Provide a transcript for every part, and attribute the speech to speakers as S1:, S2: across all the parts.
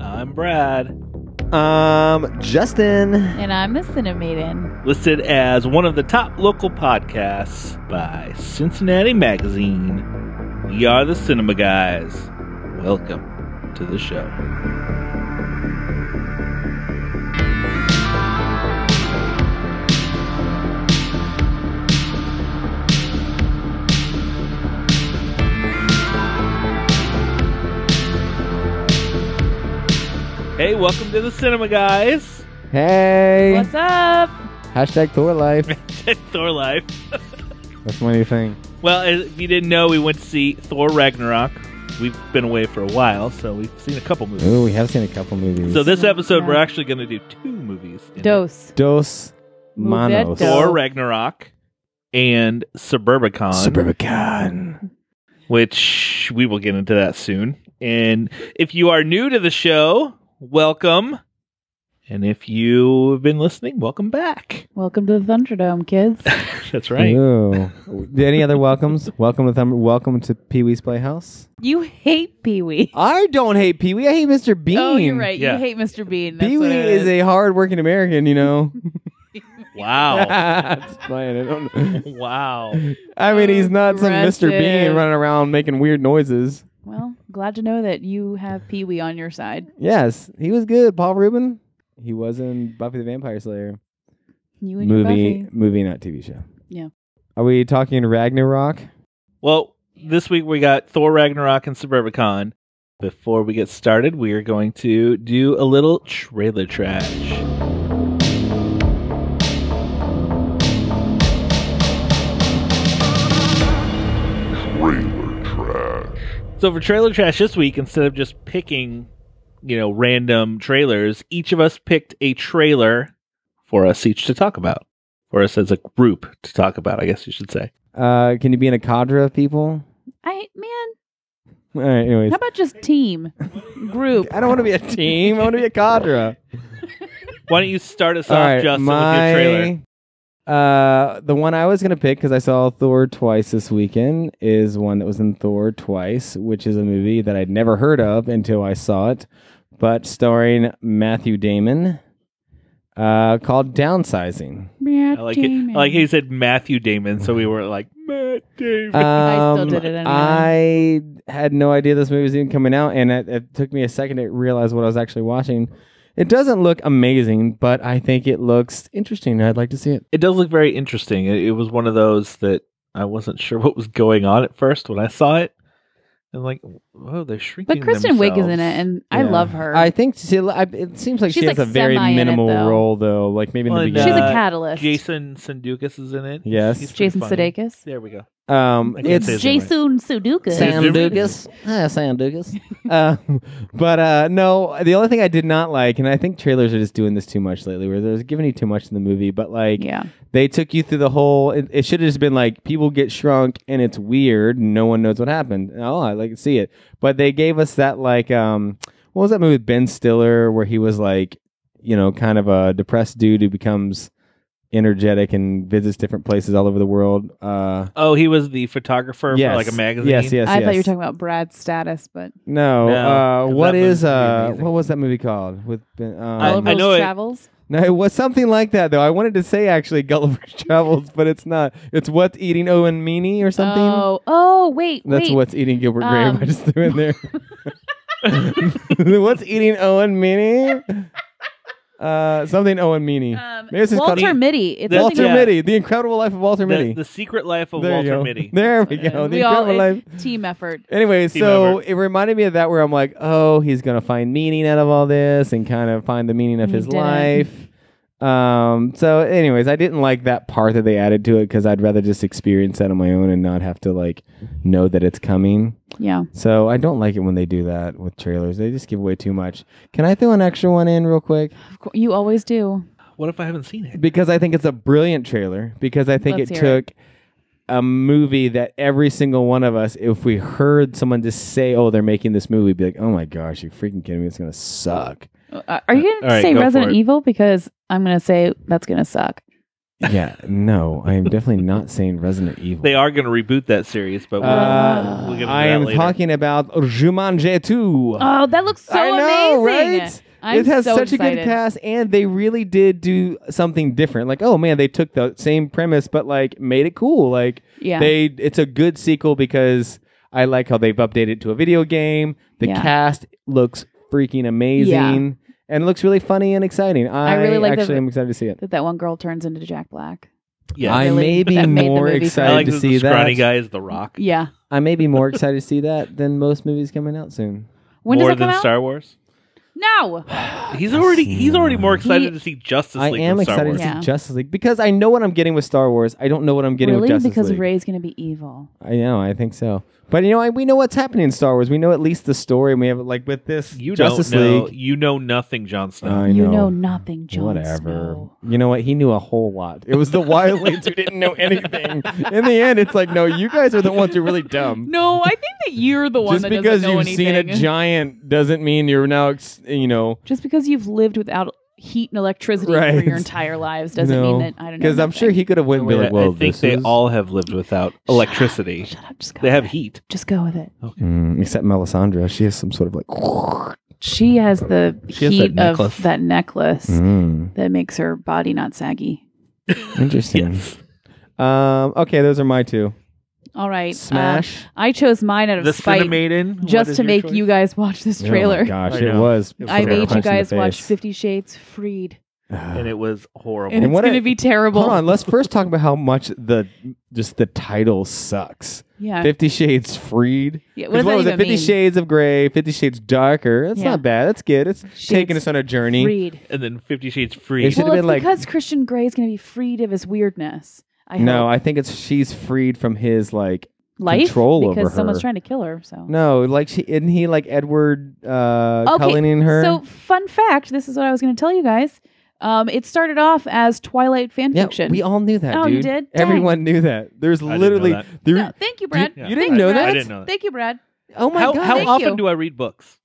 S1: I'm Brad.
S2: Um, Justin.
S3: And I'm a Cinemaiden.
S1: Listed as one of the top local podcasts by Cincinnati Magazine. We are the Cinema Guys. Welcome to the show. Hey, welcome to the Cinema Guys.
S2: Hey.
S3: What's up?
S2: Hashtag Thor life.
S1: Thor Life.
S2: That's my new thing.
S1: Well, if you didn't know, we went to see Thor Ragnarok. We've been away for a while, so we've seen a couple movies.
S2: Ooh, we have seen a couple movies.
S1: So this
S3: Yeah.
S1: episode, we're actually going to do two movies: in it.
S3: Dose.
S2: Dos Manos.
S3: Movedo.
S1: Thor Ragnarok and Suburbicon,
S2: Suburbicon.
S1: which we will get into that soon. And if you are new to the show, welcome. And if you have been listening, welcome back.
S3: Welcome to the Thunderdome, kids.
S1: That's right.
S2: Ooh. Any other welcomes? welcome to Thumb- Welcome to Pee Wee's Playhouse.
S3: you hate Pee Wee.
S2: I don't hate Pee Wee. I hate Mr. Bean.
S3: Oh, you're right.
S1: Yeah.
S3: You hate Mr. Bean. That's
S2: Pee Wee
S3: what it
S2: is. a hard-working American, you know. Oh.
S1: Wow.
S2: Just playing. I, don't know.
S1: wow.
S2: I mean, he's not some Mr. Bean
S3: Oh, Aggressive.
S2: running around making weird noises.
S3: Well, glad to know that you have Pee Wee on your side.
S2: Yes, he was good. Paul Rubin. He was in Buffy the Vampire Slayer
S3: You and your
S2: movie,
S3: Buffy.
S2: movie, not TV show.
S3: Yeah.
S2: Are we talking Ragnarok?
S1: Well, this week we got Thor Ragnarok and Suburbicon. Before we get started, we are going to do a little trailer trash.
S4: trailer trash.
S1: So for trailer trash this week, instead of just picking, you know, random trailers, each of us picked a trailer for us each to talk about, for us as a group to talk about. I guess you should say.
S2: Uh, can you be in a cadre of people?
S3: I man,
S2: All right. Anyways,
S3: how about just team, group?
S2: I don't want to be a team. I want to be a cadre.
S1: Why don't you start us
S2: All
S1: off,
S2: right,
S1: Justin,
S2: my
S1: with your trailer?
S2: uh, the one I was gonna pick because I saw Thor twice this weekend is one that was in Thor twice, which is a movie that I'd never heard of until I saw it, but starring Matthew Damon, uh, called Downsizing.
S1: I like it. I like how you said Matthew Damon, so we were like Matt Damon.
S3: I still
S2: Um,
S3: did it anyway.
S2: I had no idea this movie was even coming out, and it, it took me a second to realize what I was actually watching. It doesn't look amazing, but I think it looks interesting. I'd like to see it.
S1: it does look very interesting. It, it was one of those that I wasn't sure what was going on at first when I saw it. I'm like, oh, they're shrinking.
S3: But Kristen Wiig is in it,
S1: themselves.
S3: and I
S2: Yeah.
S3: love her.
S2: I think she, I- it seems like she
S3: She's,
S2: has
S3: like,
S2: a very
S3: semi in it,
S2: minimal
S3: though.
S2: role, though. Like maybe in
S1: Well,
S2: the
S1: and,
S2: beginning.
S3: She's a
S1: uh,
S3: catalyst.
S1: Jason Sudeikis is in it.
S2: Yes.
S1: He's pretty
S3: Jason
S1: funny.
S3: Sudeikis.
S1: There we go.
S2: um,
S1: I can't
S2: it's
S1: say his name.
S3: Jason Sudeikis.
S1: Sam Sam Duke.
S2: Yeah, Sam Dugas. uh, but uh, no, the only thing I did not like, and I think trailers are just doing this too much lately, where they're giving you too much in the movie. But like,
S3: Yeah.
S2: they took you through the whole. It, it should have just been like people get shrunk and it's weird. and No one knows what happened. Oh, I like to see it. But they gave us that like um, what was that movie with Ben Stiller where he was like, you know, kind of a depressed dude who becomes energetic and visits different places all over the world. Uh,
S1: Oh, he was the photographer
S2: yes,
S1: for like a magazine.
S2: Yes, yes.
S3: I
S2: yes.
S3: thought you were talking about Brad's status, but
S2: No.
S1: No,
S2: uh,
S1: 'cause
S2: what
S1: that
S2: is
S1: movie would be
S2: uh,
S1: amazing.
S2: what was that movie called with Ben? Um,
S3: Gulliver's
S1: I know it-
S3: Travels.
S2: No, it was something like that though. I wanted to say actually Gulliver's Travels, but it's not. It's what's eating Owen Meany or something.
S3: Oh, oh, wait,
S2: That's
S3: wait.
S2: what's eating Gilbert Grape.
S3: Um,
S2: I just threw in there. what's eating Owen Meany? Uh, something Owen Meany.
S3: Um,
S2: Maybe this is
S3: Walter
S2: called- E-
S3: Mitty. It's
S1: That's-
S2: Walter
S3: something
S1: yeah.
S2: Mitty. The Incredible Life of Walter
S1: The,
S2: Mitty.
S1: the Secret Life of
S2: there you
S1: Walter
S2: go.
S1: Mitty.
S2: There we go.
S3: Uh,
S2: The
S3: we all-
S2: Incredible Life.
S3: it- team effort.
S2: Anyway,
S1: Team
S2: so
S1: effort.
S2: it reminded me of that where I'm like, oh, he's gonna find meaning out of all this and kind of find the meaning of
S3: He
S2: his
S3: didn't.
S2: life. Um, so anyways, I didn't like that part that they added to it because I'd rather just experience that on my own and not have to like know that it's coming.
S3: Yeah.
S2: So I don't like it when they do that with trailers. They just give away too much. Can I throw an extra one in real quick?
S3: Of course, you always do.
S1: What if I haven't seen it?
S2: Because I think it's a brilliant trailer. Because I think
S3: Let's
S2: it
S3: hear
S2: took a movie that every single one of us, if we heard someone just say, "Oh, they're making this movie," we'd be like, "Oh my gosh, you freaking kidding me? It's gonna suck."
S3: Uh, are you going
S1: all right,
S3: to say
S1: go for
S3: Resident
S1: it.
S3: Evil? Because I'm going to say that's going to suck.
S2: yeah, no, I am definitely not saying Resident Evil.
S1: They are going to reboot that series, but we'll,
S2: Uh,
S1: we'll get into
S2: I
S1: that
S2: am
S1: later.
S2: talking about Jumanji 2.
S3: Oh, that looks so
S2: I know,
S3: amazing.
S2: right?
S3: I'm
S2: it has
S3: so
S2: such a
S3: excited.
S2: good cast, and they really did do something different. Like, oh man, they took the same premise, but like made it cool. Like,
S3: Yeah.
S2: they it's a good sequel because I like how they've updated it to a video game. The
S3: Yeah.
S2: cast looks freaking amazing, and it looks really funny and exciting. I,
S3: really like the-
S2: actually am excited to see it.
S3: that that one girl turns into Jack Black.
S1: Yeah,
S2: I
S1: I,
S3: Really,
S2: may be
S3: that made the
S2: more
S3: movie for
S2: excited
S1: like
S2: to
S1: that
S2: see
S1: the scrawny
S2: that.
S1: guy is The Rock
S3: Yeah.
S2: I may be more excited to see that than most movies coming out soon.
S3: When
S1: more
S3: does it come
S1: than
S3: out?
S1: Star Wars.
S3: no.
S1: He's already he's already more excited
S3: He-
S1: to see Justice
S2: I
S1: League
S2: am
S1: than Star
S2: excited
S1: Wars.
S2: to
S3: Yeah.
S2: see Justice League because I know what I'm getting with Star Wars. I don't know what I'm getting
S3: really?
S2: with Justice
S3: because
S2: League.
S3: Ray's gonna be evil.
S2: I know, I think so. But you know, I, we know what's happening in Star Wars. We know at least the story. And we have like with this
S1: You
S2: Justice
S1: don't know.
S2: League.
S1: You know nothing, Jon Snow.
S2: I
S3: you know nothing, Jon
S2: Whatever.
S3: Snow.
S2: You know what? He knew a whole lot. It was the wildlings who didn't know anything. In the end, it's like, no, you guys are the ones who are really dumb.
S3: No, I think that you're the one
S2: Just
S3: that
S2: because
S3: doesn't know
S2: you've
S3: anything.
S2: seen a giant doesn't mean you're now, ex- you know,
S3: Just because you've lived without heat and electricity for
S2: Right.
S3: your entire lives doesn't
S2: No.
S3: mean that I don't know.
S2: because I'm sure
S3: nothing.
S2: he could have went and
S1: Wait,
S2: been
S1: I-
S2: like, well,
S1: I think
S2: this
S1: they
S2: is-
S1: all have lived without electricity.
S3: Shut up, just go.
S1: They have
S3: with it.
S1: heat.
S3: Just go with it.
S2: Mm, except Melisandre, she has some sort of like.
S3: She has the
S1: She has that
S3: heat
S1: necklace.
S3: of that necklace
S2: Mm,
S3: that makes her body not saggy.
S2: interesting.
S1: Yes.
S2: Um. Okay, those are my two.
S3: All right, uh,
S2: Smash.
S3: I chose mine out of
S1: The
S3: spite
S1: Cinemaiden. what
S3: just
S1: is
S3: to
S1: your
S3: make
S1: choice?
S3: you guys watch this
S2: Oh my
S3: trailer.
S2: gosh,
S1: I
S2: it
S1: know.
S2: was.
S1: It was
S3: I
S1: Sort of
S3: made you
S1: punch in the
S3: guys watch Fifty Shades Freed,
S1: and it was horrible.
S3: and,
S2: And
S3: it's
S2: what
S3: going
S2: a-
S3: to be terrible.
S2: Hold on. Let's first talk about how much the just the title sucks.
S3: Yeah,
S2: Fifty Shades Freed.
S3: yeah.
S2: 'Cause
S3: What, does that
S2: was
S3: even
S2: it? Fifty
S3: mean?
S2: Shades of Grey, Fifty Shades Darker. That's
S3: Yeah.
S2: not bad. That's good. It's
S3: Shades
S2: taking us on a journey.
S3: Freed.
S1: and then Fifty Shades
S2: It
S1: Free.
S2: should- should've
S3: Well, it's
S2: been like-
S3: because Christian Grey is going to be freed of his weirdness. I
S2: No,
S3: hope.
S2: I think it's she's freed from his like
S3: life
S2: control
S3: because
S2: over
S3: someone's
S2: her.
S3: trying to kill her. So
S2: no, like she isn't he like Edward uh
S3: Okay,
S2: Cullinan her?
S3: So, fun fact: this is what I was going to tell you guys. Um, it started off as Twilight fan
S2: yeah,
S3: fiction.
S2: we all knew that.
S3: Oh,
S2: dude.
S3: you did? Dang.
S2: Everyone knew that. There's
S1: I didn't know
S2: literally
S1: that.
S2: there-
S3: No, thank you, Brad.
S2: you
S1: Yeah.
S2: didn't
S3: Thanks,
S2: know
S3: Brad.
S2: that?
S1: I didn't know that.
S3: Thank you, Brad.
S2: Oh my
S1: how
S2: god!
S1: how
S3: thank
S1: often
S3: you.
S1: do I read books?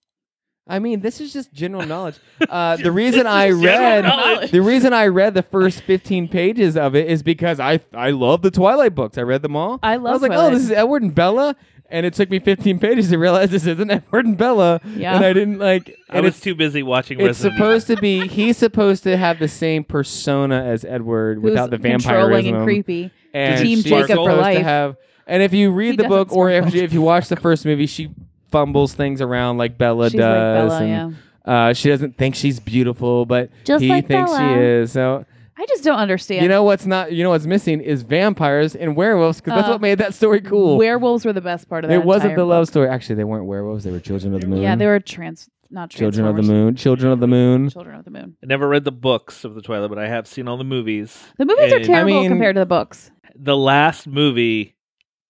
S2: I mean, this is just general knowledge. Uh, the reason I
S1: General
S2: read
S1: knowledge.
S2: the reason I read the first fifteen pages of it is because I I love the Twilight books. I read them all.
S3: I
S2: I
S3: love
S2: was like,
S3: Twilight.
S2: oh, this is Edward and Bella, and it took me fifteen pages to realize this isn't Edward and Bella.
S3: Yeah.
S2: and I didn't like.
S1: I
S2: And
S1: was
S2: it's
S1: too busy watching.
S2: it's
S1: Resident Evil.
S2: supposed to be he's supposed to have the same persona as Edward
S3: Who's
S2: without the
S3: controlling
S2: vampirism.
S3: and creepy.
S2: And
S1: Team
S2: she's
S1: Jacob for
S2: supposed to
S3: life.
S2: have- and if you read
S3: He
S2: the
S3: doesn't
S2: book or if
S3: sparkle.
S2: you, if you watch the first movie, she fumbles things around like Bella
S3: She's like
S2: does.
S3: Bella.
S2: and-
S3: Yeah.
S2: uh, she doesn't think she's beautiful, but
S3: Just
S2: he
S3: like
S2: thinks
S3: Bella.
S2: she is. So
S3: I just don't understand.
S2: you know what's not you know what's missing is vampires and werewolves because that's
S3: Uh,
S2: what made that story cool.
S3: werewolves were the best part of that.
S2: it wasn't
S3: entire
S2: the love
S3: book.
S2: story. Actually, they weren't werewolves. They were children of the moon.
S3: Yeah, they were trans, not
S2: children of the
S3: Transformers.
S2: moon. Children of the moon.
S3: Children of the Moon.
S1: I never read the books of the Twilight, but I have seen all the movies.
S3: The movies
S1: And-
S3: are terrible
S2: I mean-
S3: compared to the books.
S1: The last movie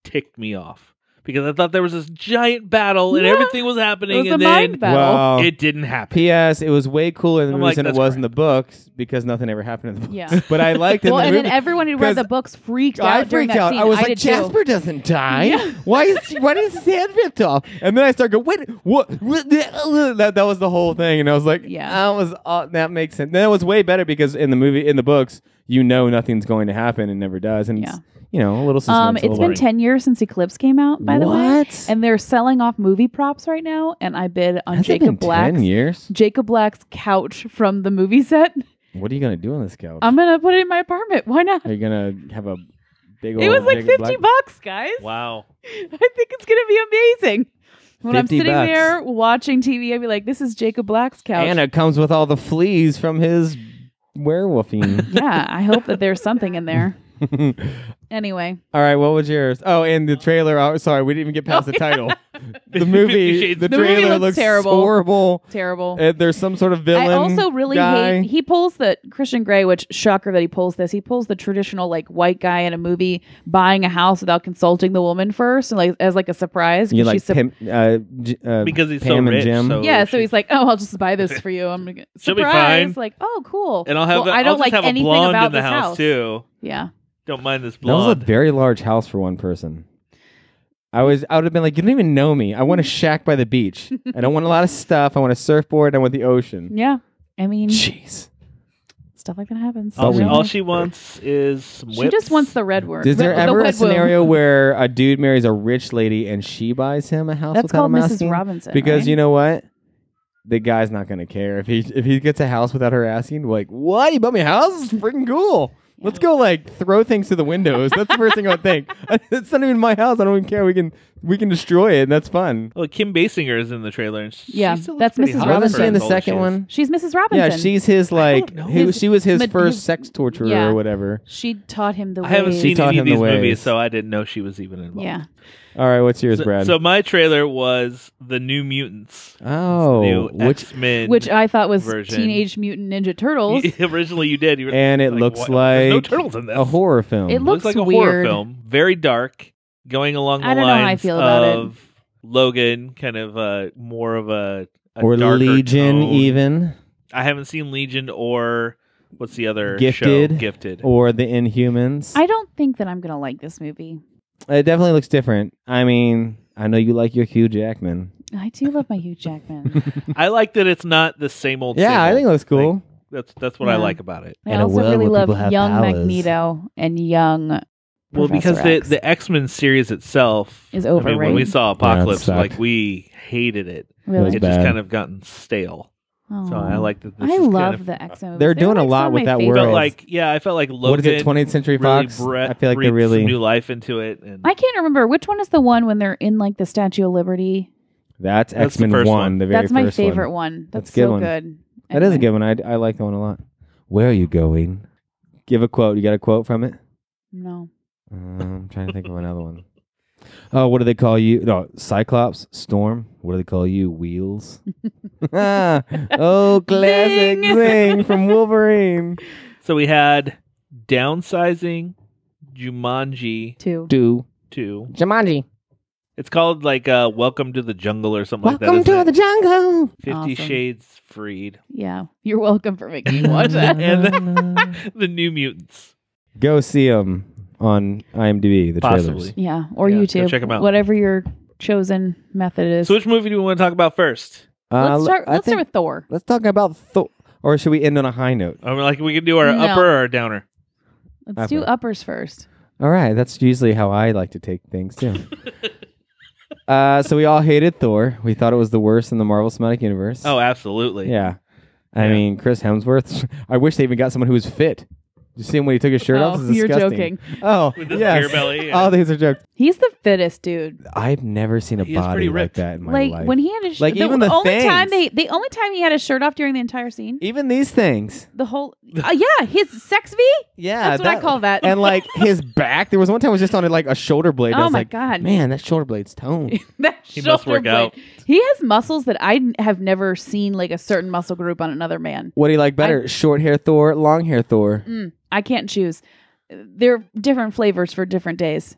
S1: ticked me off because I thought there was this giant battle and
S3: Yeah.
S1: everything was
S3: It
S1: happening,
S3: was a
S1: and
S3: mind
S1: then
S3: battle.
S2: Wow.
S1: it didn't happen.
S2: P.S. It was way cooler in the
S1: I'm
S2: movies
S1: like,
S2: than it
S1: that's
S2: was in the books because nothing ever happened in the books.
S3: Yeah.
S2: But I liked it
S3: well,
S2: in the
S3: and then
S2: movie.
S3: everyone who read the
S2: 'Cause
S3: books freaked out.
S2: I
S3: during
S2: freaked
S3: that
S2: out.
S3: Scene.
S2: I was like,
S3: did too.
S2: Jasper doesn't die.
S3: Yeah.
S2: Why is why does his hand ripped off? And then I started going, wait, what? what the- uh, that that was the whole thing, and I was like,
S3: Yeah.
S2: that was uh, that makes sense. Then it was way better because in the movie, in the books, you know nothing's going to happen and never does, and it's, you know a little.
S3: Um,
S2: suspenseful.
S3: it's been ten years since Eclipse came out, by the way,
S2: what?
S3: and they're selling off movie props right now. And I bid on
S2: Has it been
S3: Jacob
S2: ten
S3: Black's
S2: years?
S3: Jacob Black's couch from the movie set.
S2: What are you gonna do on this couch?
S3: I'm gonna put it in my apartment. Why not?
S2: are you gonna have a big? Old
S3: It was like
S2: Jacob
S3: fifty
S2: Black-
S3: bucks, guys.
S1: Wow.
S3: I think it's gonna be amazing. When I'm
S2: 50
S3: sitting
S2: bucks.
S3: there watching TV, I'd be like, "This is Jacob Black's couch."
S2: and it comes with all the fleas from his werewolfing.
S3: yeah, I hope that there's something in there. Anyway,
S2: All right, what was yours? Oh, and the trailer. Oh, sorry, we didn't even get past the title. The
S1: Fifty
S2: movie,
S1: Shades.
S2: the,
S3: The movie
S2: trailer
S3: looks terrible.
S2: horrible.
S3: terrible.
S2: Uh, there's some sort of villain.
S3: I also really
S2: guy.
S3: hate he pulls the Christian Grey, which shocker that he pulls this. He pulls the traditional like white guy in a movie buying a house without consulting the woman first, and like as like a surprise.
S2: You
S3: 'cause
S2: like
S3: she's sup-
S2: Pam, uh, J- uh,
S1: Because he's so
S2: Pam and
S1: rich,
S2: Jim.
S1: so-
S3: yeah,
S1: Oh,
S3: so
S1: she-
S3: he's like, "Oh, I'll just buy this for you." I'm gonna get-
S1: She'll be
S3: surprise.
S1: fine.
S3: Like, oh, cool.
S1: And I'll have.
S3: Well,
S1: the,
S3: I
S1: I'll
S3: don't
S1: just
S3: like
S1: have a
S3: anything
S1: blonde
S3: about
S1: in the
S3: this
S1: house,
S3: house.
S1: too.
S3: Yeah,
S1: Don't mind this
S2: that was a
S1: blonde.
S2: very large house for one person. I was. I would have been like, you don't even know me. I want a shack by the beach. I don't want a lot of stuff. I want a surfboard. I want the ocean.
S3: yeah. I mean,
S2: Jeez.
S3: Stuff like that happens.
S1: All,
S2: we-
S1: she,
S3: You know?
S1: all she wants is some
S3: She
S1: whips.
S3: just wants the red word.
S2: Is there
S3: red- the
S2: ever
S3: wed
S2: a
S3: womb.
S2: scenario where a dude marries a rich lady and she buys him a house?
S3: that's
S2: without
S3: called
S2: him
S3: Mrs.
S2: asking?
S3: Robinson?
S2: Because
S3: right?
S2: you know what, the guy's not gonna care if he if he gets a house without her asking. Like, what? You bought me a house? It's freaking cool. Let's go like throw things to the windows. That's the first thing I would think. It's not even my house. I don't even care. We can we can destroy it. and That's fun.
S1: Well, Kim Basinger is in the trailer. And she
S3: Yeah,
S1: still looks
S3: that's
S1: pretty
S3: Mrs.
S1: hot for
S3: Robinson.
S2: Wasn't
S1: as
S2: she in the
S1: old as she
S2: second
S1: is.
S2: one?
S3: she's Mrs. Robinson.
S2: Yeah, she's his like
S1: know.
S2: who, she was his
S3: Mid-
S2: first
S3: his-
S2: sex torturer
S3: yeah.
S2: or whatever.
S3: she taught him the.
S1: I haven't
S3: ways.
S1: seen
S2: taught
S1: any of
S2: him the
S1: these movies,
S2: ways.
S1: so I didn't know she was even involved.
S3: Yeah,
S2: All right, what's yours,
S1: So,
S2: Brad?
S1: so my trailer was the New Mutants.
S2: oh,
S1: new
S2: which
S1: X-Men.
S3: which I thought was
S1: version.
S3: Teenage Mutant Ninja Turtles.
S1: originally you did. You were
S2: and it
S1: like,
S2: looks
S1: "Why-
S2: like
S1: there's no turtles in this.
S2: a horror film.
S3: It
S1: It looks, like
S3: looks
S1: a horror
S3: weird.
S1: film, very dark, going along the
S3: I don't know how I
S1: lines
S3: feel about it.
S1: of Logan, kind of uh, more of a, a
S2: or
S1: darker
S2: Legion,
S1: tone.
S2: even
S1: I haven't seen Legion or what's the other show?
S2: Gifted.
S1: Gifted.
S2: or the Inhumans.
S3: I don't think that I'm gonna like this movie.
S2: it definitely looks different. I mean, I know you like your Hugh Jackman.
S3: I do love my Hugh Jackman.
S1: I like that it's not the same old. same
S2: yeah, I
S1: old
S2: think it looks cool.
S1: that's that's what I
S3: Yeah.
S1: like about it.
S3: I
S2: In a
S3: also
S2: world
S3: really
S2: where
S3: love
S2: people have
S3: young
S2: powers.
S3: Magneto and young.
S1: Well,
S3: Professor
S1: because the
S3: X.
S1: the X Men series itself
S3: Is
S1: I mean, when
S3: overrated.
S1: we saw Apocalypse,
S2: sucked.
S1: like we hated it.
S3: really,
S2: It's
S1: It's just
S2: bad.
S1: kind of gotten stale. So I
S3: Aw.
S1: like that. This
S3: I
S1: is
S3: love
S1: kind of,
S3: the X Men.
S2: They're doing a lot with that
S1: Felt
S2: world.
S1: like yeah, I felt like Logan.
S2: what is it? 20th Century
S1: really
S2: Fox.
S1: bre-
S2: I feel like they
S1: breathed some new
S2: really.
S1: life into it. And
S3: I can't remember which one is the one when they're in like the Statue of Liberty.
S2: That's
S1: That's
S2: X
S1: the
S2: Men
S1: first
S2: One,
S1: one.
S2: the very
S3: That's my
S2: first
S3: favorite
S2: One.
S3: one. That's,
S2: That's a good
S3: so
S2: one.
S3: good.
S2: That is a
S3: Anyway.
S2: good one. I, I like that one a lot. Where are you going? Give a quote. You got a quote from it?
S3: No,
S2: Uh, I'm trying to think of another one. Oh, what do they call you? No, Cyclops, Storm. What do they call you? Wheels. oh, classic
S3: Zing.
S2: thing from Wolverine.
S1: so we had downsizing, Jumanji
S3: two.
S2: Do
S1: two.
S2: Jumanji.
S1: It's called like uh, Welcome to the Jungle or something
S2: Welcome
S1: like that.
S2: to
S1: isn't
S2: the
S1: it?
S2: jungle.
S1: Fifty
S3: Awesome.
S1: Shades Freed
S3: Yeah, you're welcome for making me watch that.
S1: and the, the New Mutants.
S2: Go see them on IMDb. The
S1: Possibly.
S2: trailers.
S3: Yeah, or
S1: Yeah, go
S3: YouTube.
S1: check 'em out.
S3: Whatever your chosen method is.
S1: So which movie do we want to talk about first?
S2: Uh,
S3: let's
S2: l-
S3: start.
S2: I
S3: Let's
S2: think-
S3: start with Thor.
S2: Let's talk about Thor. Or should we end on a high note?
S1: I mean, like we can do our
S3: No.
S1: upper or our downer.
S3: Let's do
S2: Upper.
S3: uppers first.
S2: All right, that's usually how I like to take things too. uh, so we all hated Thor. We thought it was the worst in the Marvel Cinematic Universe.
S1: Oh, absolutely.
S2: Yeah. I
S1: Yeah.
S2: mean, Chris Hemsworth. I wish they even got someone who was fit. You see him when he took his shirt off?
S3: Oh,
S2: It's
S3: you're
S2: disgusting.
S3: joking.
S2: Oh,
S1: With this beer
S2: yes.
S1: belly. and-
S2: All these are jokes.
S3: He's the fittest dude.
S2: I've never seen a
S1: He is pretty
S2: body like
S1: ripped.
S2: that in my
S3: like
S2: life.
S3: when he had his sh-
S2: Like,
S3: the,
S2: even the
S3: only time they
S2: things.
S3: the only time he had his shirt off during the entire scene.
S2: even these things.
S3: The whole uh, yeah, his sex V.
S2: Yeah,
S3: That's what I call that.
S2: And like his back, there was one time it was just on like a shoulder blade. I
S3: Oh
S2: was
S3: my
S2: like,
S3: God.
S2: man, that shoulder blade's toned.
S3: that
S1: He
S3: shoulder
S1: must work
S3: blade.
S1: out.
S3: He has muscles that I n- have never seen like a certain muscle group on another man.
S2: what do you like better, short hair Thor, long hair Thor?
S3: Mm, I can't choose. They're different flavors for different days.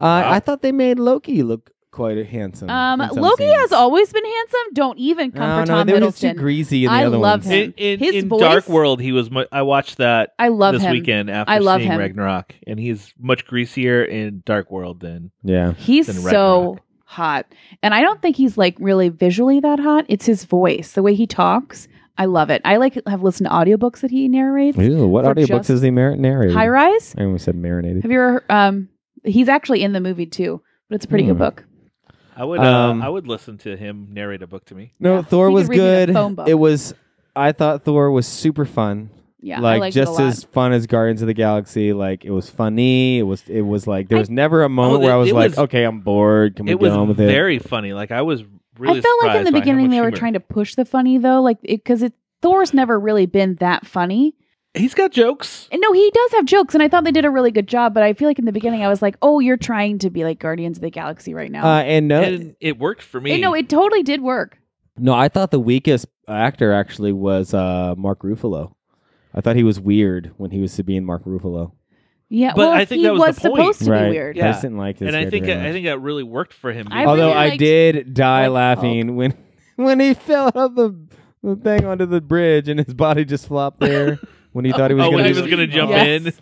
S2: Uh, I thought they made Loki look quite handsome.
S3: Um,
S2: in some
S3: Loki
S2: scenes.
S3: has always been handsome. Don't even come
S2: No,
S3: for
S2: no,
S3: Tom
S2: they were just too
S3: Hiddleston.
S2: greasy in the
S3: I
S2: other
S3: love
S2: ones.
S3: him.
S1: In, in,
S3: His
S1: in
S3: voice-
S1: Dark World, he was. Mu- I watched that
S3: I love
S1: this
S3: him.
S1: weekend after
S3: I love
S1: seeing
S3: him.
S1: Ragnarok, and he's much greasier in Dark World than
S2: Yeah.
S1: than
S3: He's so
S1: Ragnarok.
S3: hot, and I don't think he's like really visually that hot. It's his voice, the way he talks. I love it. I like have listened to audiobooks that he narrates.
S2: Ew, what
S3: For
S2: audiobooks
S3: just-
S2: is he mar- narrating?
S3: High rise.
S2: I almost said marinated.
S3: Have you ever? Um, he's actually in the movie too, but it's a pretty
S2: Hmm.
S3: good book.
S1: I would.
S2: Um,
S1: uh, I would listen to him narrate a book to me.
S2: No,
S3: Yeah,
S2: Thor
S3: he
S2: was
S3: could read me the
S2: good.
S3: phone book.
S2: It was. I thought Thor was super fun.
S3: Yeah, I
S2: like
S3: liked it a
S2: just
S3: lot.
S2: as fun as Guardians of the Galaxy. Like it was funny. It was. It was like there
S3: I-
S2: was never a moment
S1: Oh, it-
S2: where I was
S1: it
S2: like,
S1: was-
S2: okay, I'm bored. Can we
S1: It
S2: get on
S1: was
S2: with it?
S1: very funny. Like I was really.
S3: I felt like
S1: surprised
S3: in the
S1: by how
S3: beginning
S1: much
S3: they were
S1: humor-
S3: trying to push the funny though, like because it, Thor's never really been that funny.
S1: He's got jokes.
S3: And no, he does have jokes, and I thought they did a really good job. But I feel like in the beginning I was like, oh, you're trying to be like Guardians of the Galaxy right now.
S2: Uh, and no,
S1: and it worked for me.
S3: And no, it totally did work.
S2: no. I thought the weakest actor actually was uh, Mark Ruffalo. I thought he was weird when he was being Mark Ruffalo.
S3: Yeah,
S1: But
S3: well,
S1: I think
S3: he
S1: that was the point.
S3: supposed to
S2: right.
S3: be weird.
S2: I
S1: Yeah.
S2: just didn't like this.
S1: and I
S2: character
S1: think
S2: very much.
S1: I think that really worked for him.
S3: I
S2: Although
S3: really
S2: I
S3: liked-
S2: did die
S3: liked
S2: laughing when when he fell out of the, the thing onto the bridge and his body just flopped there when he thought he was
S1: oh, when
S2: going to
S1: he was going to jump
S3: Yes.
S1: in,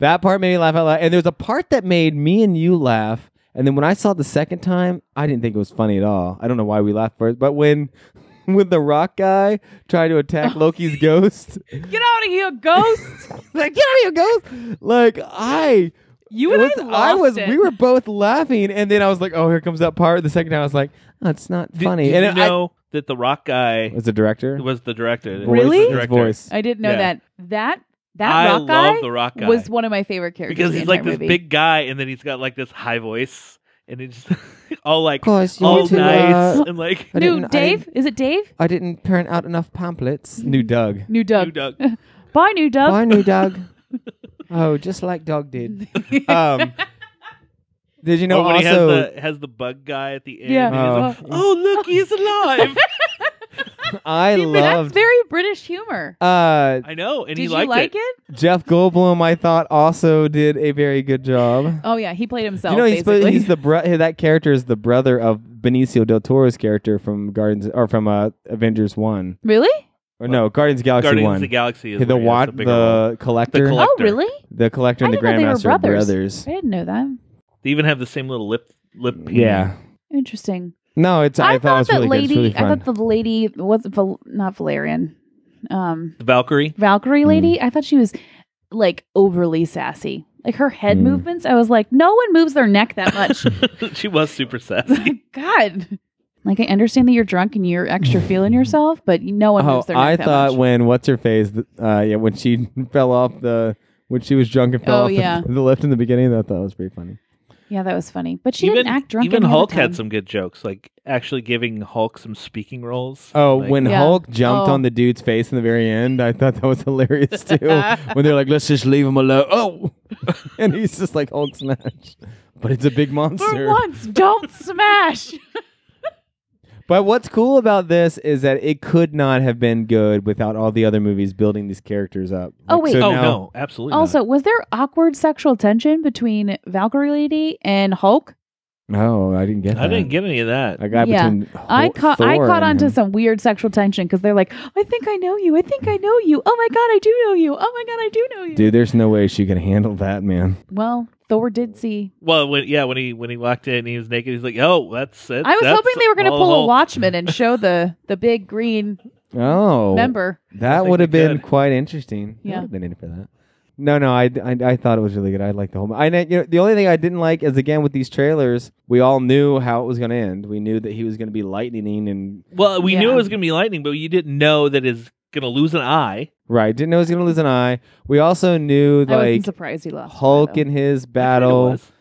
S2: That part made me laugh out loud. And there's a part that made me and you laugh. And then when I saw it the second time, I didn't think it was funny at all. I don't know why we laughed first, but when with the rock guy trying to attack Loki's ghost.
S3: Get out of here, ghost!
S2: like, get out of here, ghost! Like, I.
S3: You
S2: it
S3: and
S2: was,
S3: I, lost
S2: I was.
S3: it.
S2: We were both laughing, and then I was like, "Oh, here comes that part." The second time, I was like, oh, "It's not
S1: Did-
S2: funny."
S1: Did,
S2: and
S1: you
S2: I-
S1: know that the rock guy
S2: was the director.
S1: was the director?
S2: Voice-
S3: Really?
S2: his
S1: The director.
S2: voice.
S3: I didn't know
S1: Yeah.
S3: that. That that
S1: I
S3: rock guy,
S1: love the rock guy
S3: was one of my favorite characters.
S1: because
S3: in the
S1: he's like
S3: entire
S1: this
S3: movie.
S1: big guy, and then he's got like this high voice, and it's all like
S2: course,
S1: all
S3: need to,
S1: nice and like
S2: I
S3: new
S2: didn't- I didn't-
S3: Oh, Dave. Is it Dave?
S2: I didn't print out enough pamphlets. New Doug.
S3: New
S1: new
S3: Doug.
S1: duck.
S3: Bye, new Doug.
S2: Bye, new Doug. oh, just like Doug did. Um, did you know
S1: or Oh, when
S2: also?
S1: he has the has the bug guy at the end.
S3: Yeah.
S1: and he's
S2: Oh.
S1: like, oh look, he's alive.
S2: I
S3: That's
S2: loved
S3: very British humor.
S2: uh,
S1: I know, and
S3: Did
S1: he
S3: you
S1: liked
S3: like it?
S2: Jeff Goldblum. I thought also did a very good job.
S3: Oh yeah, he played himself.
S2: you know, he's, supposed-
S3: basically.
S2: he's the bro- that character is the brother of Benicio del Toro's character from Guardians or from uh, Avengers One
S3: really?
S2: or no Guardians of the Galaxy
S1: Guardians
S2: One.
S1: of the Galaxy is
S2: the
S1: where he has
S2: wa-
S1: the
S2: the,
S1: bigger role.
S2: collector,
S1: The collect-
S2: the,
S3: Oh
S1: Collector.
S3: really?
S2: collector, and
S3: I
S2: the
S3: didn't know they were
S2: grandmaster are
S3: brothers.
S2: brothers.
S3: I didn't know that.
S1: They even have the same little lip lip.
S2: Yeah.
S3: Interesting.
S2: No, it's. I, thought, it was
S3: that
S2: really
S3: lady.
S2: good. It's really
S3: I
S2: fun.
S3: thought the lady was Val- not Valerian, um,
S1: The Valkyrie.
S3: Valkyrie
S1: Hmm.
S3: lady. I thought she was like overly sassy. Like her head
S1: Hmm.
S2: Mm.
S3: movements, I was like, no one moves their neck that much.
S1: she was super sassy.
S3: God. Like I understand that you're drunk and you're extra
S1: Hmm.
S3: feeling yourself, but no one
S2: Oh,
S3: moves their neck
S2: I
S3: that
S2: thought
S3: much.
S2: when what's her face? th- Uh, yeah, when she fell off the when she was drunk and fell
S3: Oh,
S2: off the-
S3: yeah.
S2: the, lift in the beginning. I thought it was pretty funny.
S3: yeah, that was funny. But she
S1: even
S3: didn't act drunk.
S1: even
S3: any other
S1: Hulk
S3: time.
S1: had some good jokes, like actually giving Hulk some speaking roles.
S2: Oh,
S1: Like,
S2: when
S3: Yeah.
S2: Hulk jumped
S3: Oh.
S2: on the dude's face in the very end, I thought that was hilarious too. when they're like, "Let's just leave him alone," oh, and he's just like Hulk smash, but it's a big
S3: For
S2: monster.
S3: once, don't smash.
S2: But what's cool about this is that it could not have been good without all the other movies building these characters up.
S3: Oh, wait.
S1: oh
S2: now-
S1: no, absolutely. not.
S3: also, was there awkward sexual tension between Valkyrie lady and Hulk?
S2: no, I didn't get.
S1: I
S2: that.
S1: didn't get any of that.
S2: I got
S3: Yeah.
S2: between.
S3: I
S2: Hulk-
S3: caught I
S2: Thor
S3: caught
S2: and
S3: onto
S2: him.
S3: some weird sexual tension because they're like, I think I know you. I think I know you. Oh my god, I do know you. Oh my god, I do know you.
S2: Dude, there's no way she can handle that, man.
S3: Well, Thor did see.
S1: Well, when, yeah, when he when he walked in, and he was naked. He's like, "Oh, that's it."
S3: I was
S1: that's
S3: hoping they were going to
S1: all
S3: pull a
S1: Hulk."
S3: Watchman and show the the big green
S2: Oh,
S3: member.
S1: I
S2: that
S1: think
S2: would have
S1: they
S2: been
S1: could.
S2: quite interesting. I
S3: Yeah.
S2: would have been in for that. No, no, I, I, I thought it was really good. I liked the whole. I know, you know the only thing I didn't like is again with these trailers, we all knew how it was going to end. We knew that he was going to be lightning and
S1: Well, we knew
S3: Yeah.
S1: it was going to be lightning, but you didn't know that is going to lose an eye.
S2: right didn't know he was going to lose an eye. We also knew
S3: I wasn't
S2: like
S3: surprised he lost.
S2: Hulk
S3: though.
S2: and his
S1: I kinda
S2: battle.
S1: was.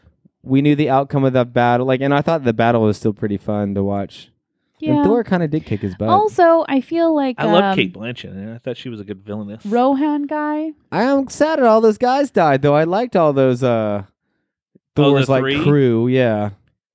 S2: We knew the outcome of that battle. Like, and I thought the battle was still pretty fun to watch.
S3: yeah.
S2: And Thor kind of did kick his butt.
S3: also, I feel like
S1: I love
S3: um,
S1: Kate Blanchett. and I thought she was a good villainess.
S3: Rohan guy.
S2: I am sad that all those guys died, though. I liked all those uh
S1: Oh, the
S2: Thor's like
S1: three?
S2: crew, yeah.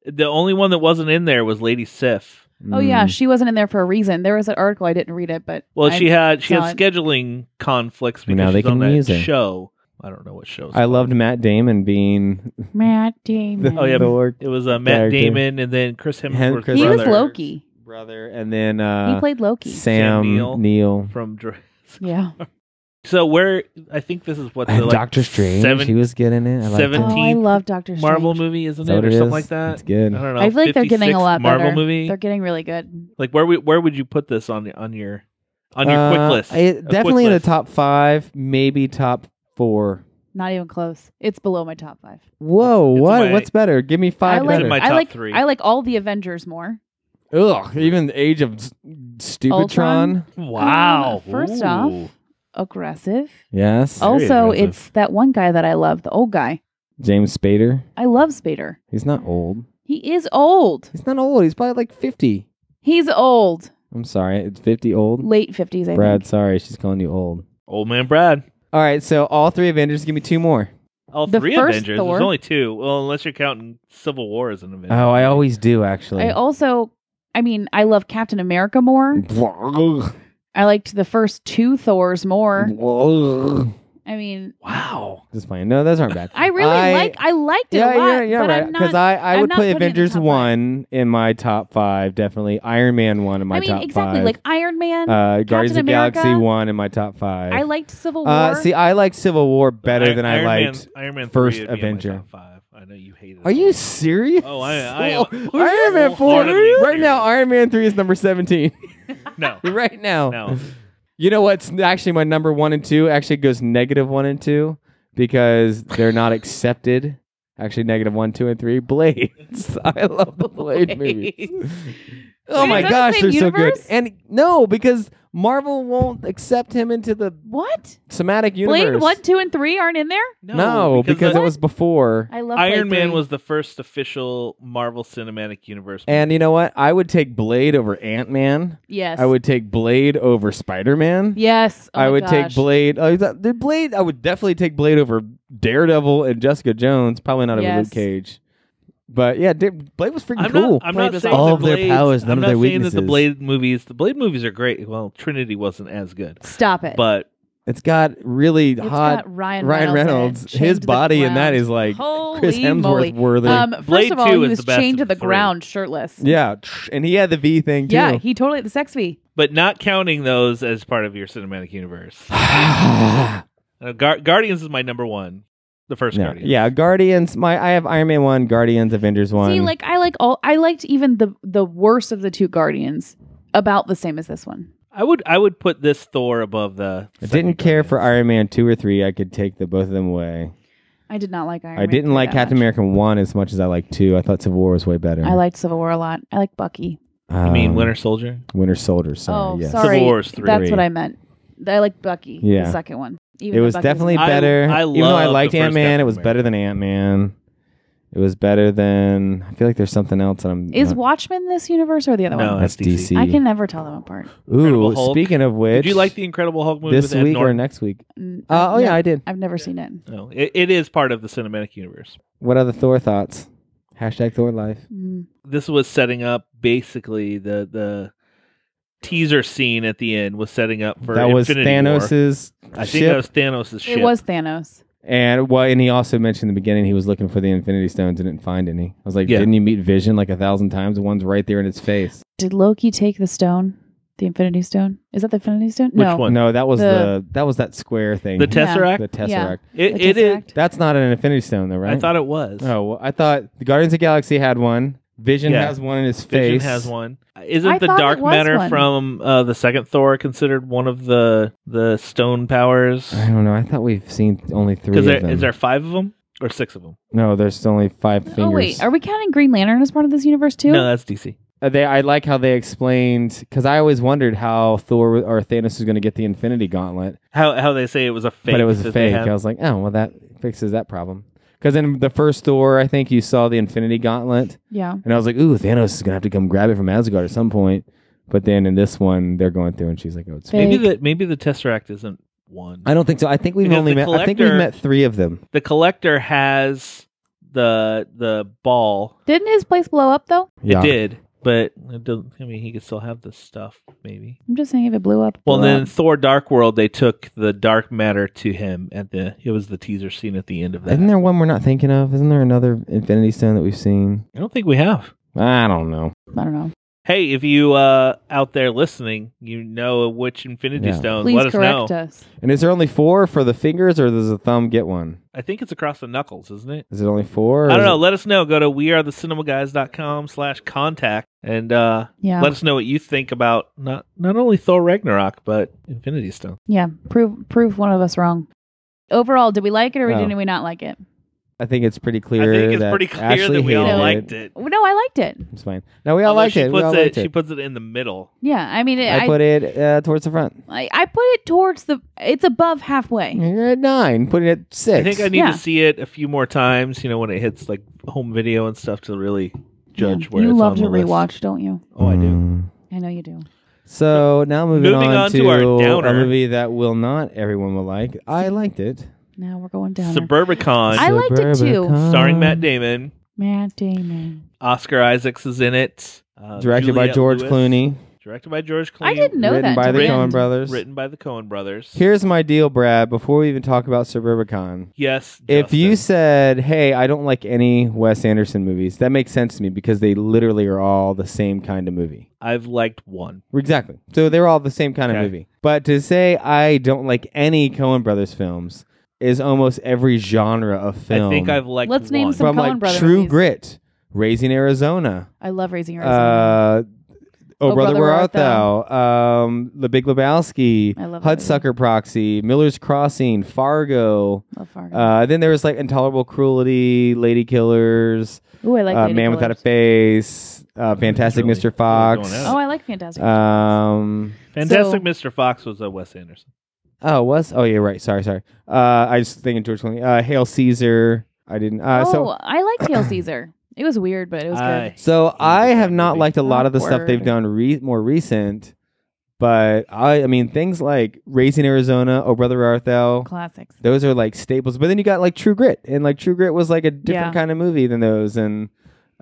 S1: the only one that wasn't in there was Lady Sif.
S3: Oh yeah,
S2: Mm.
S3: she wasn't in there for a reason. There was an article I didn't read it, but
S1: Well,
S3: I-
S1: she had she
S3: saw
S1: had
S3: it.
S1: scheduling conflicts because
S2: Now
S1: she's
S2: they
S1: on
S2: can
S1: that
S2: use her.
S1: show. I don't know what show. it's
S2: I
S1: called.
S2: loved Matt Damon being
S3: Matt
S2: the
S3: Damon.
S1: Oh, yeah.
S2: Thor
S1: It was uh, Matt
S2: character.
S1: Damon and then Chris
S2: Hem-
S1: Hemsworth's
S2: Chris
S3: he was
S1: brother
S3: Loki.
S2: brother, and then
S3: he
S2: uh,
S3: played Loki.
S2: Sam,
S1: Sam
S2: Neil.
S1: Neill. from. Dr-
S3: Yeah.
S1: So where I think this is what the
S2: And
S1: like
S2: Doctor Strange,
S1: seven-
S2: he was good in it. I liked
S1: seven-
S2: him.
S3: Oh, I
S1: 17th
S3: love Doctor Strange.
S1: Marvel movie, isn't
S2: Is
S1: it,
S2: that what
S1: or
S2: it
S1: something
S2: is?
S1: like that? Uh-huh.
S2: It's good.
S1: I don't know.
S3: I feel like they're getting a
S1: 56th
S3: lot
S1: Marvel
S3: better.
S1: movie.
S3: They're getting really good.
S1: Like where we, where would you put this on on your on your
S2: Uh,
S1: quick list?
S2: it-
S1: A quick
S2: definitely in the
S1: list.
S2: top five, maybe top four.
S3: Not even close. It's below my top five.
S2: Whoa,
S1: It's in
S2: what?
S1: my-
S2: What's better? Give me
S3: I
S2: five.
S3: like.
S1: in
S2: better.
S1: my
S3: I
S1: top
S3: like.
S1: three.
S3: I like all the Avengers more.
S2: Ugh, even the age of s- Stupidtron.
S3: Ultron?
S1: Wow.
S3: Um, first off,
S1: Ooh.
S3: Aggressive.
S2: Yes,
S1: Very
S3: also,
S1: aggressive.
S3: it's that one guy that I love, the old guy.
S2: James Spader.
S3: I love Spader.
S2: He's not old.
S3: He is old.
S2: He's not old. He's probably like 50.
S3: He's old.
S2: I'm sorry. It's 50 old.
S3: Late fifties, I
S2: Brad,
S3: think.
S2: sorry. She's calling you old.
S1: old man Brad.
S2: All right. So all three Avengers. Give me two more.
S1: All
S3: The
S1: three
S3: first
S1: Avengers.
S3: Thor.
S1: There's only two. Well, unless you're counting Civil War as an Avenger.
S2: Oh, I always do, actually.
S3: I also, I mean, I love Captain America
S2: Mm.
S3: more.
S2: Ugh.
S3: I liked the first two Thors
S2: Mm.
S3: more.
S2: Ugh.
S3: I mean,
S1: Wow.
S2: Just playing. No, those aren't bad.
S3: I really
S2: I-
S3: like. I liked it
S2: Yeah,
S3: a lot,
S2: you're, you're
S3: but
S2: right.
S3: I'm
S2: Because
S3: not.
S2: I, I
S3: I'm
S2: would
S3: not
S2: play
S3: putting it in the
S2: Avengers
S3: top five.
S2: 1 in my top five, definitely. Iron Man 1 in my
S3: I mean,
S2: top
S3: exactly
S2: five.
S3: like Iron Man.
S2: uh, Guardians of the
S3: America.
S2: Galaxy 1 in my top five.
S3: I liked Civil War.
S2: uh, see, I like Civil War better
S1: Ir-
S2: than I
S1: Iron
S2: liked.
S1: Man, Iron Man
S2: First
S1: 3 would be in my
S2: Avenger.
S1: top five. I know you hated.
S2: Are
S1: it.
S2: you serious?
S1: Oh, I- I-
S2: Iron Man four.
S1: wholeheartedly
S2: Right now,
S1: serious.
S2: Iron Man three is number seventeen.
S1: No.
S2: right now.
S1: No.
S2: You know what's actually my number one and two actually goes negative one and two because they're not accepted. Actually, negative one, two, and three. Blades. I love the Blade movies. Oh
S3: Wait,
S2: my
S3: is that the
S2: gosh,
S3: same
S2: they're so
S3: universe?
S2: good. And no, because Marvel won't accept him into the
S3: What?
S2: somatic universe.
S3: Blade one, two, and three aren't in there.
S1: No,
S2: No, because, it
S1: the-
S2: was before.
S3: I love
S1: Iron
S3: Blade
S1: Man
S3: three.
S1: was the first official Marvel Cinematic Universe.
S2: and you know what? I would take Blade over Ant Man.
S3: yes.
S2: I would take Blade over Spider Man.
S3: Yes. Oh
S2: I
S3: my
S2: would take
S3: gosh.
S2: Blade. Oh, that- the Blade. I would definitely take Blade over Daredevil and Jessica Jones. Probably not over
S3: Yes.
S2: Luke Cage. But yeah, Da- Blade was freaking
S1: I'm
S2: cool.
S1: not. I'm
S3: Blade
S1: not
S3: was
S1: saying
S2: all
S1: the
S2: of their
S1: Blades-
S2: powers, none
S1: I'm
S2: of
S1: not
S2: their
S1: saying that the
S2: weaknesses.
S1: Blade movies. The Blade movies are great. Well, Trinity wasn't as good,
S3: Stop it.
S1: but
S2: it's got really
S3: It's
S2: hot
S3: got Ryan,
S2: Ryan
S3: Reynolds.
S2: Reynolds.
S3: in it, chained
S2: His
S3: to the
S2: body in that
S3: ground.
S2: is like
S3: Holy
S2: Chris Hemsworth
S3: moly.
S2: worthy.
S3: Um, first
S1: Blade
S3: of all,
S1: two
S3: he
S1: is
S3: was
S1: the best
S3: chained to
S1: of
S3: the
S1: three.
S3: ground, shirtless.
S2: yeah, tch, and he had the V thing too.
S3: Yeah, he totally the sex V.
S1: but not counting those as part of your cinematic universe. Uh, Gar- Guardians is my number one. The first
S2: No,
S1: Guardians.
S2: yeah, Guardians. My I have Iron Man one, Guardians, Avengers one.
S3: See, like I like all. I liked even the the worst of the two Guardians about the same as this one.
S1: I would. I would put this Thor above the.
S2: I
S1: second
S2: didn't care for
S1: Guardians.
S2: Iron Man two or three. I could take the both of them away.
S3: I did not like Iron.
S2: I
S3: Man
S2: didn't
S3: three
S2: like
S3: that
S2: Captain
S3: much.
S2: America one as much as I liked two. I thought Civil War was way better.
S3: I liked Civil War a lot. I like Bucky.
S1: I mean,
S2: Um,
S1: Winter Soldier.
S2: Winter Soldier. Sorry,
S3: oh,
S2: Uh, yes.
S3: sorry.
S1: Civil War is three.
S3: That's what I meant. I like Bucky.
S2: Yeah.
S3: the second one. Even
S2: It
S3: though
S2: was
S3: Bucky
S2: definitely
S1: I-
S2: better.
S1: I
S2: Even though I
S1: love
S2: liked
S1: the first
S2: Ant Man,
S1: Captain
S2: it was better than Ant Man. It was better than. I feel like there's something else that I'm.
S3: Is
S2: not-
S3: Watchmen this universe or the other
S1: No,
S3: one?
S2: that's
S1: Oh, that's
S2: DC.
S1: DC.
S3: I can never tell them apart.
S2: Ooh,
S1: Incredible Hulk.
S2: speaking of which,
S1: Did you like the Incredible Hulk movie?
S2: this
S1: with Ed
S2: week or
S1: Norton?
S2: next week?
S3: Mm,
S2: Uh, oh
S3: no,
S2: yeah, I did.
S3: I've never seen it.
S1: No, it, it is part of the cinematic universe.
S2: What are the Thor thoughts? Hashtag Thor life.
S3: Mm.
S1: This was setting up basically the the teaser scene at the end was setting up for
S2: that was
S1: Infinity War.
S2: Thanos's
S1: I think
S2: ship,
S1: that was Thanos' ship.
S3: It was Thanos.
S2: and well, and he also mentioned in the beginning he was looking for the Infinity Stones, didn't find any. I was like,
S1: Yeah.
S2: didn't you meet Vision like a thousand times? One's right there in his face.
S3: Did Loki take the stone? The Infinity Stone? Is that the Infinity Stone?
S1: Which
S3: no.
S1: one?
S2: No, that was the,
S3: The-
S2: that was that square thing.
S1: the
S3: Yeah.
S1: Tesseract.
S2: The Tesseract.
S3: Yeah.
S1: It,
S3: The
S1: it is.
S3: Tesseract?
S2: That's not an Infinity Stone though, right?
S1: I thought it was.
S2: Oh, well, I thought the Guardians of the Galaxy had one. Vision
S1: Yeah.
S2: has one in his face.
S1: Vision has one. Isn't
S3: I
S1: the
S3: thought it
S1: dark
S3: was
S1: matter
S3: one.
S1: from uh, the second Thor considered one of the the stone powers?
S2: I don't know. I thought we've seen only three
S1: Because
S2: of them.
S1: there, is there five of them or six of them?
S2: No, there's only five fingers.
S3: Oh wait, are we counting Green Lantern as part of this universe too?
S1: No, that's DC.
S2: Uh, they, I like how they explained because I always wondered how Thor w- or Thanos was going to get the Infinity Gauntlet,
S1: How how they say it was a fake,
S2: but it was a
S1: that they
S2: fake.
S1: had.
S2: I was like, oh well, that fixes that problem. Because in the first Thor, I think you saw the Infinity Gauntlet,
S3: Yeah.
S2: and I was like, ooh, Thanos is going to have to come grab it from Asgard at some point. But then in this one, they're going through, and she's like, oh, it's.
S3: Fake.
S1: Maybe the maybe the Tesseract isn't one.
S2: I don't think so. I think we've
S1: Because
S2: only
S1: the
S2: met. I think we've
S1: Collector-
S2: met three of them.
S1: the collector has the the ball.
S3: Didn't his place blow up though?
S1: It did, but it doesn't. I mean, he could still have the stuff, maybe.
S3: I'm just saying if it blew up. it
S1: Well,
S3: blew
S1: then
S3: up.
S1: Thor: Dark World, they took the dark matter to him at the. It was the teaser scene at the end of that.
S2: Isn't there one we're not thinking of? Isn't there another Infinity Stone that we've seen?
S1: I don't think we have.
S2: I don't know.
S3: I don't know.
S1: Hey, if you uh out there listening, you know which Infinity
S2: Yeah.
S1: Stones.
S3: Please
S1: let us know.
S3: correct us.
S2: And is there only four for the fingers, or does the thumb get one?
S1: I think it's across the knuckles, isn't it?
S2: Is it only four? or
S1: I don't
S2: is
S1: know.
S2: it-
S1: Let us know. Go to wearethecinemaguys.com slash contact and uh,
S3: Yeah.
S1: let us know what you think about not not only Thor Ragnarok, but Infinity Stone.
S3: yeah. Prove prove one of us wrong. Overall, did we like it or
S2: No.
S3: did we not like it?
S2: I think it's pretty clear.
S1: I think it's
S2: that
S1: pretty clear
S2: Ashley
S1: that we all
S2: hated
S1: liked it.
S3: Well, No, I liked it.
S2: It's fine. No, we all
S1: Although
S2: liked
S1: she
S2: it. We
S1: Puts
S2: all
S1: it,
S2: liked
S1: She
S2: it.
S1: puts it in the middle.
S3: Yeah. I mean, it,
S2: I
S3: I,
S2: put it uh, towards the front.
S3: I, I put it towards the. It's above halfway.
S2: You're at nine. Put it at six.
S1: I think I need
S3: Yeah.
S1: to see it a few more times. You know, when it hits like home video and stuff to really judge
S3: Yeah.
S1: where
S3: you
S1: it's
S3: love
S1: on
S3: to
S1: the list.
S3: rewatch, don't you?
S1: Oh, I do.
S2: Mm.
S3: I know you do.
S2: So now moving,
S1: Moving on to our
S2: a
S1: downer.
S2: movie that will not everyone will like. I liked it.
S3: Now we're going down.
S1: Suburbicon,
S3: I liked it too.
S2: Suburbicon.
S1: starring Matt Damon.
S3: Matt Damon.
S1: Oscar Isaacs is in it. Uh,
S2: Directed by
S1: Juliette
S2: George
S1: Lewis.
S2: Clooney.
S1: Directed by George Clooney.
S3: I didn't know
S2: written
S3: that.
S2: by
S3: till
S2: the
S1: Coen
S2: Coen
S3: end.
S2: brothers.
S1: Written by the Coen brothers.
S2: Here's my deal, Brad. Before we even talk about Suburbicon,
S1: Yes.
S2: If you
S1: Justin.
S2: said, "Hey, I don't like any Wes Anderson movies," that makes sense to me because they literally are all the same kind of movie.
S1: I've liked one.
S2: Exactly. So they're all the same kind of
S1: Okay.
S2: movie. But to say I don't like any Coen Brothers films is almost every genre of film.
S1: I think I've liked.
S3: Let's name
S1: one.
S3: some-
S2: from
S3: Coen
S2: like
S3: Brother
S2: True
S3: movies.
S2: Grit, Raising Arizona,
S3: I love Raising Arizona.
S2: uh, Oh, Brother, Where Art Thou? Um, the Big Lebowski,
S3: I love that
S2: Hudsucker Proxy, Miller's Crossing, Fargo.
S3: Love Fargo.
S2: Uh, then there was like Intolerable Cruelty, Lady Killers,
S3: Ooh, I like
S2: uh,
S3: Lady
S2: Man Without a
S3: Killers.
S2: Face, uh, Fantastic
S1: Really?
S2: Mr. Fox.
S1: Really going
S3: Oh, I like Fantastic.
S2: Um,
S1: Fantastic Mr. Fox was a Wes Anderson.
S2: oh, was oh yeah, right. Sorry, sorry. Uh, I was thinking George Clooney. Uh, Hail Caesar. I didn't. Uh,
S3: oh,
S2: so
S3: I like Hail Caesar. It was weird, but it was
S1: I-
S3: good.
S2: So I have not
S1: movie.
S2: liked a lot of the stuff
S3: Awkward.
S2: they've done re- more recent, but I I mean things like Raising Arizona, Oh Brother Art Thou,
S3: Classics.
S2: those are like staples. But then you got like True Grit, and like True Grit was like a different
S3: Yeah.
S2: kind of movie than those, and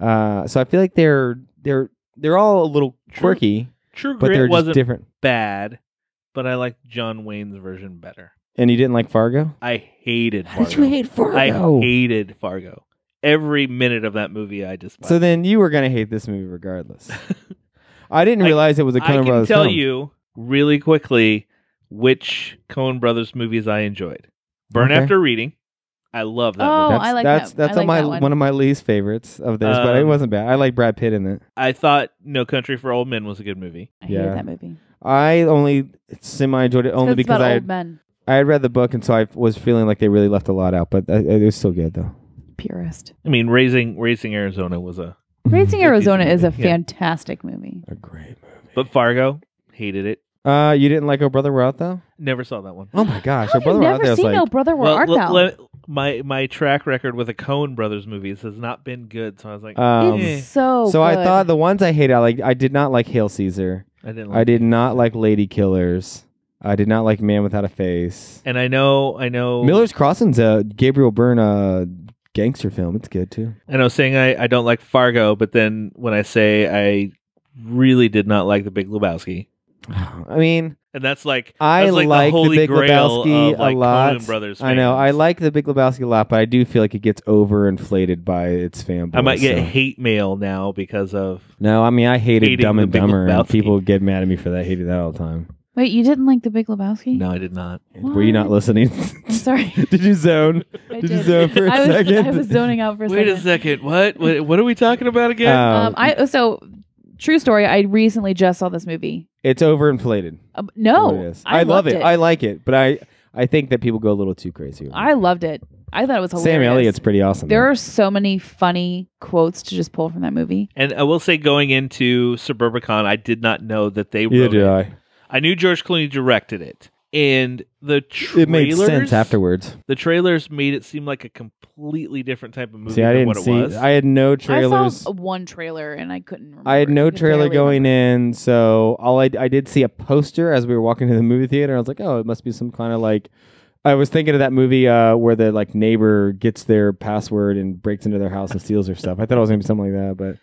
S2: uh, so I feel like they're they're they're all a little
S1: True
S2: quirky,
S1: True
S2: but they're
S1: Grit
S2: just
S1: wasn't
S2: different.
S1: bad, but I liked John Wayne's version better.
S2: And you didn't like Fargo?
S1: I hated
S2: How
S1: Fargo.
S2: did you hate Fargo?
S1: I hated Fargo. Every minute of that movie, I just
S2: So then you were gonna hate this movie regardless. I didn't
S1: I-
S2: realize it was a
S1: I
S2: Coen
S1: can
S2: Brothers
S1: tell
S2: film.
S1: you really quickly which Coen Brothers movies I enjoyed. Burn
S2: Okay.
S1: After Reading, I love that
S3: Oh,
S1: movie.
S2: that's,
S3: I like
S2: that's
S3: that-
S2: that's
S3: I
S2: on
S3: like
S2: my
S3: that one.
S2: one. of my least favorites of theirs, but it
S1: Um,
S2: wasn't bad. I like Brad Pitt in it.
S1: I thought No Country for Old Men was a good movie.
S3: I
S2: Yeah.
S3: hated that movie.
S2: I only semi enjoyed it only
S3: it's
S2: because
S3: about
S2: I
S3: old
S2: had,
S3: men.
S2: I had read the book and so I was feeling like they really left a lot out, but uh, it was still good though.
S3: Purist.
S1: I mean, Raising Raising Arizona was a,
S3: Raising Arizona is a
S1: movie, yeah.
S3: fantastic movie.
S2: a great movie.
S1: but Fargo hated it.
S2: Uh, you didn't like Oh Brother We're Out though?
S1: Never saw that one.
S2: Oh my gosh, Oh
S3: How have you
S2: Brother We're Out
S3: never
S2: there was
S3: seen
S2: like
S3: No Brother Where Art
S1: le-
S3: Thou?
S1: le- my my track record with the Coen Brothers movies has not been good, so I was like,
S2: Um,
S1: eh,
S3: it's so.
S2: so I
S3: good.
S2: thought the ones I hated, I like I did not like Hail Caesar.
S1: I didn't. Like
S2: I did
S1: it.
S2: not like Lady Killers. I did not like Man Without a Face.
S1: and I know, I know,
S2: Miller's Crossing's a Gabriel Byrne uh, gangster film. It's good too.
S1: And I was saying I, I don't like Fargo, but then when I say I really did not like The Big Lebowski,
S2: I mean,
S1: and that's like
S2: I
S1: that's like,
S2: like
S1: the holy
S2: Big
S1: grail
S2: Lebowski
S1: of like
S2: a lot.
S1: Coen Brothers.
S2: I know. I
S1: fans.
S2: like the Big Lebowski a lot, but I do feel like it gets overinflated by its fanboys.
S1: I might get
S2: so-
S1: hate mail now because of
S2: No, I mean I hated
S1: Hating
S2: Dumb
S1: the
S2: and
S1: Big
S2: Dumber, and
S1: Lebowski.
S2: people get mad at me for that. I hated that all the time.
S3: Wait, you didn't like The Big Lebowski?
S1: no, I did not.
S2: Were you not
S3: What?
S2: listening?
S3: I'm sorry.
S2: did you zone?
S3: I
S2: Did you
S3: did.
S2: zone for a
S3: I was,
S2: second?
S3: I was zoning out for a
S1: Wait
S3: second.
S1: a second. What? what? What are we talking about again?
S2: Um,
S3: Um, I so true story. I recently just saw this movie.
S2: it's overinflated.
S3: Um,
S2: It
S3: no,
S2: is. I, love
S3: loved
S2: it. I like it, but I I think that people go a little too crazy. with
S3: I
S2: it.
S3: loved it. I thought it was hilarious.
S2: Sam Elliott's pretty awesome.
S3: There
S2: though.
S3: are so many funny quotes to just pull from that movie.
S1: and I will say, going into Suburbicon, I did not know that they
S2: Neither
S1: wrote
S2: did
S1: it.
S2: I.
S1: I knew George Clooney directed it, and the trailers,
S2: It made sense afterwards.
S1: The trailers made it seem like a completely different type of movie
S2: See, I
S1: than
S2: didn't
S1: what it
S2: see.
S1: was.
S2: I had no trailers.
S3: I saw one trailer and I couldn't. remember.
S2: I had no
S3: could
S2: trailer
S3: barely
S2: going in, so all I, I did see a poster as we were walking to the movie theater. I was like, oh, it must be some kind of like. I was thinking of that movie uh, where the like neighbor gets their password and breaks into their house and steals their stuff. I thought it was gonna be something like that, but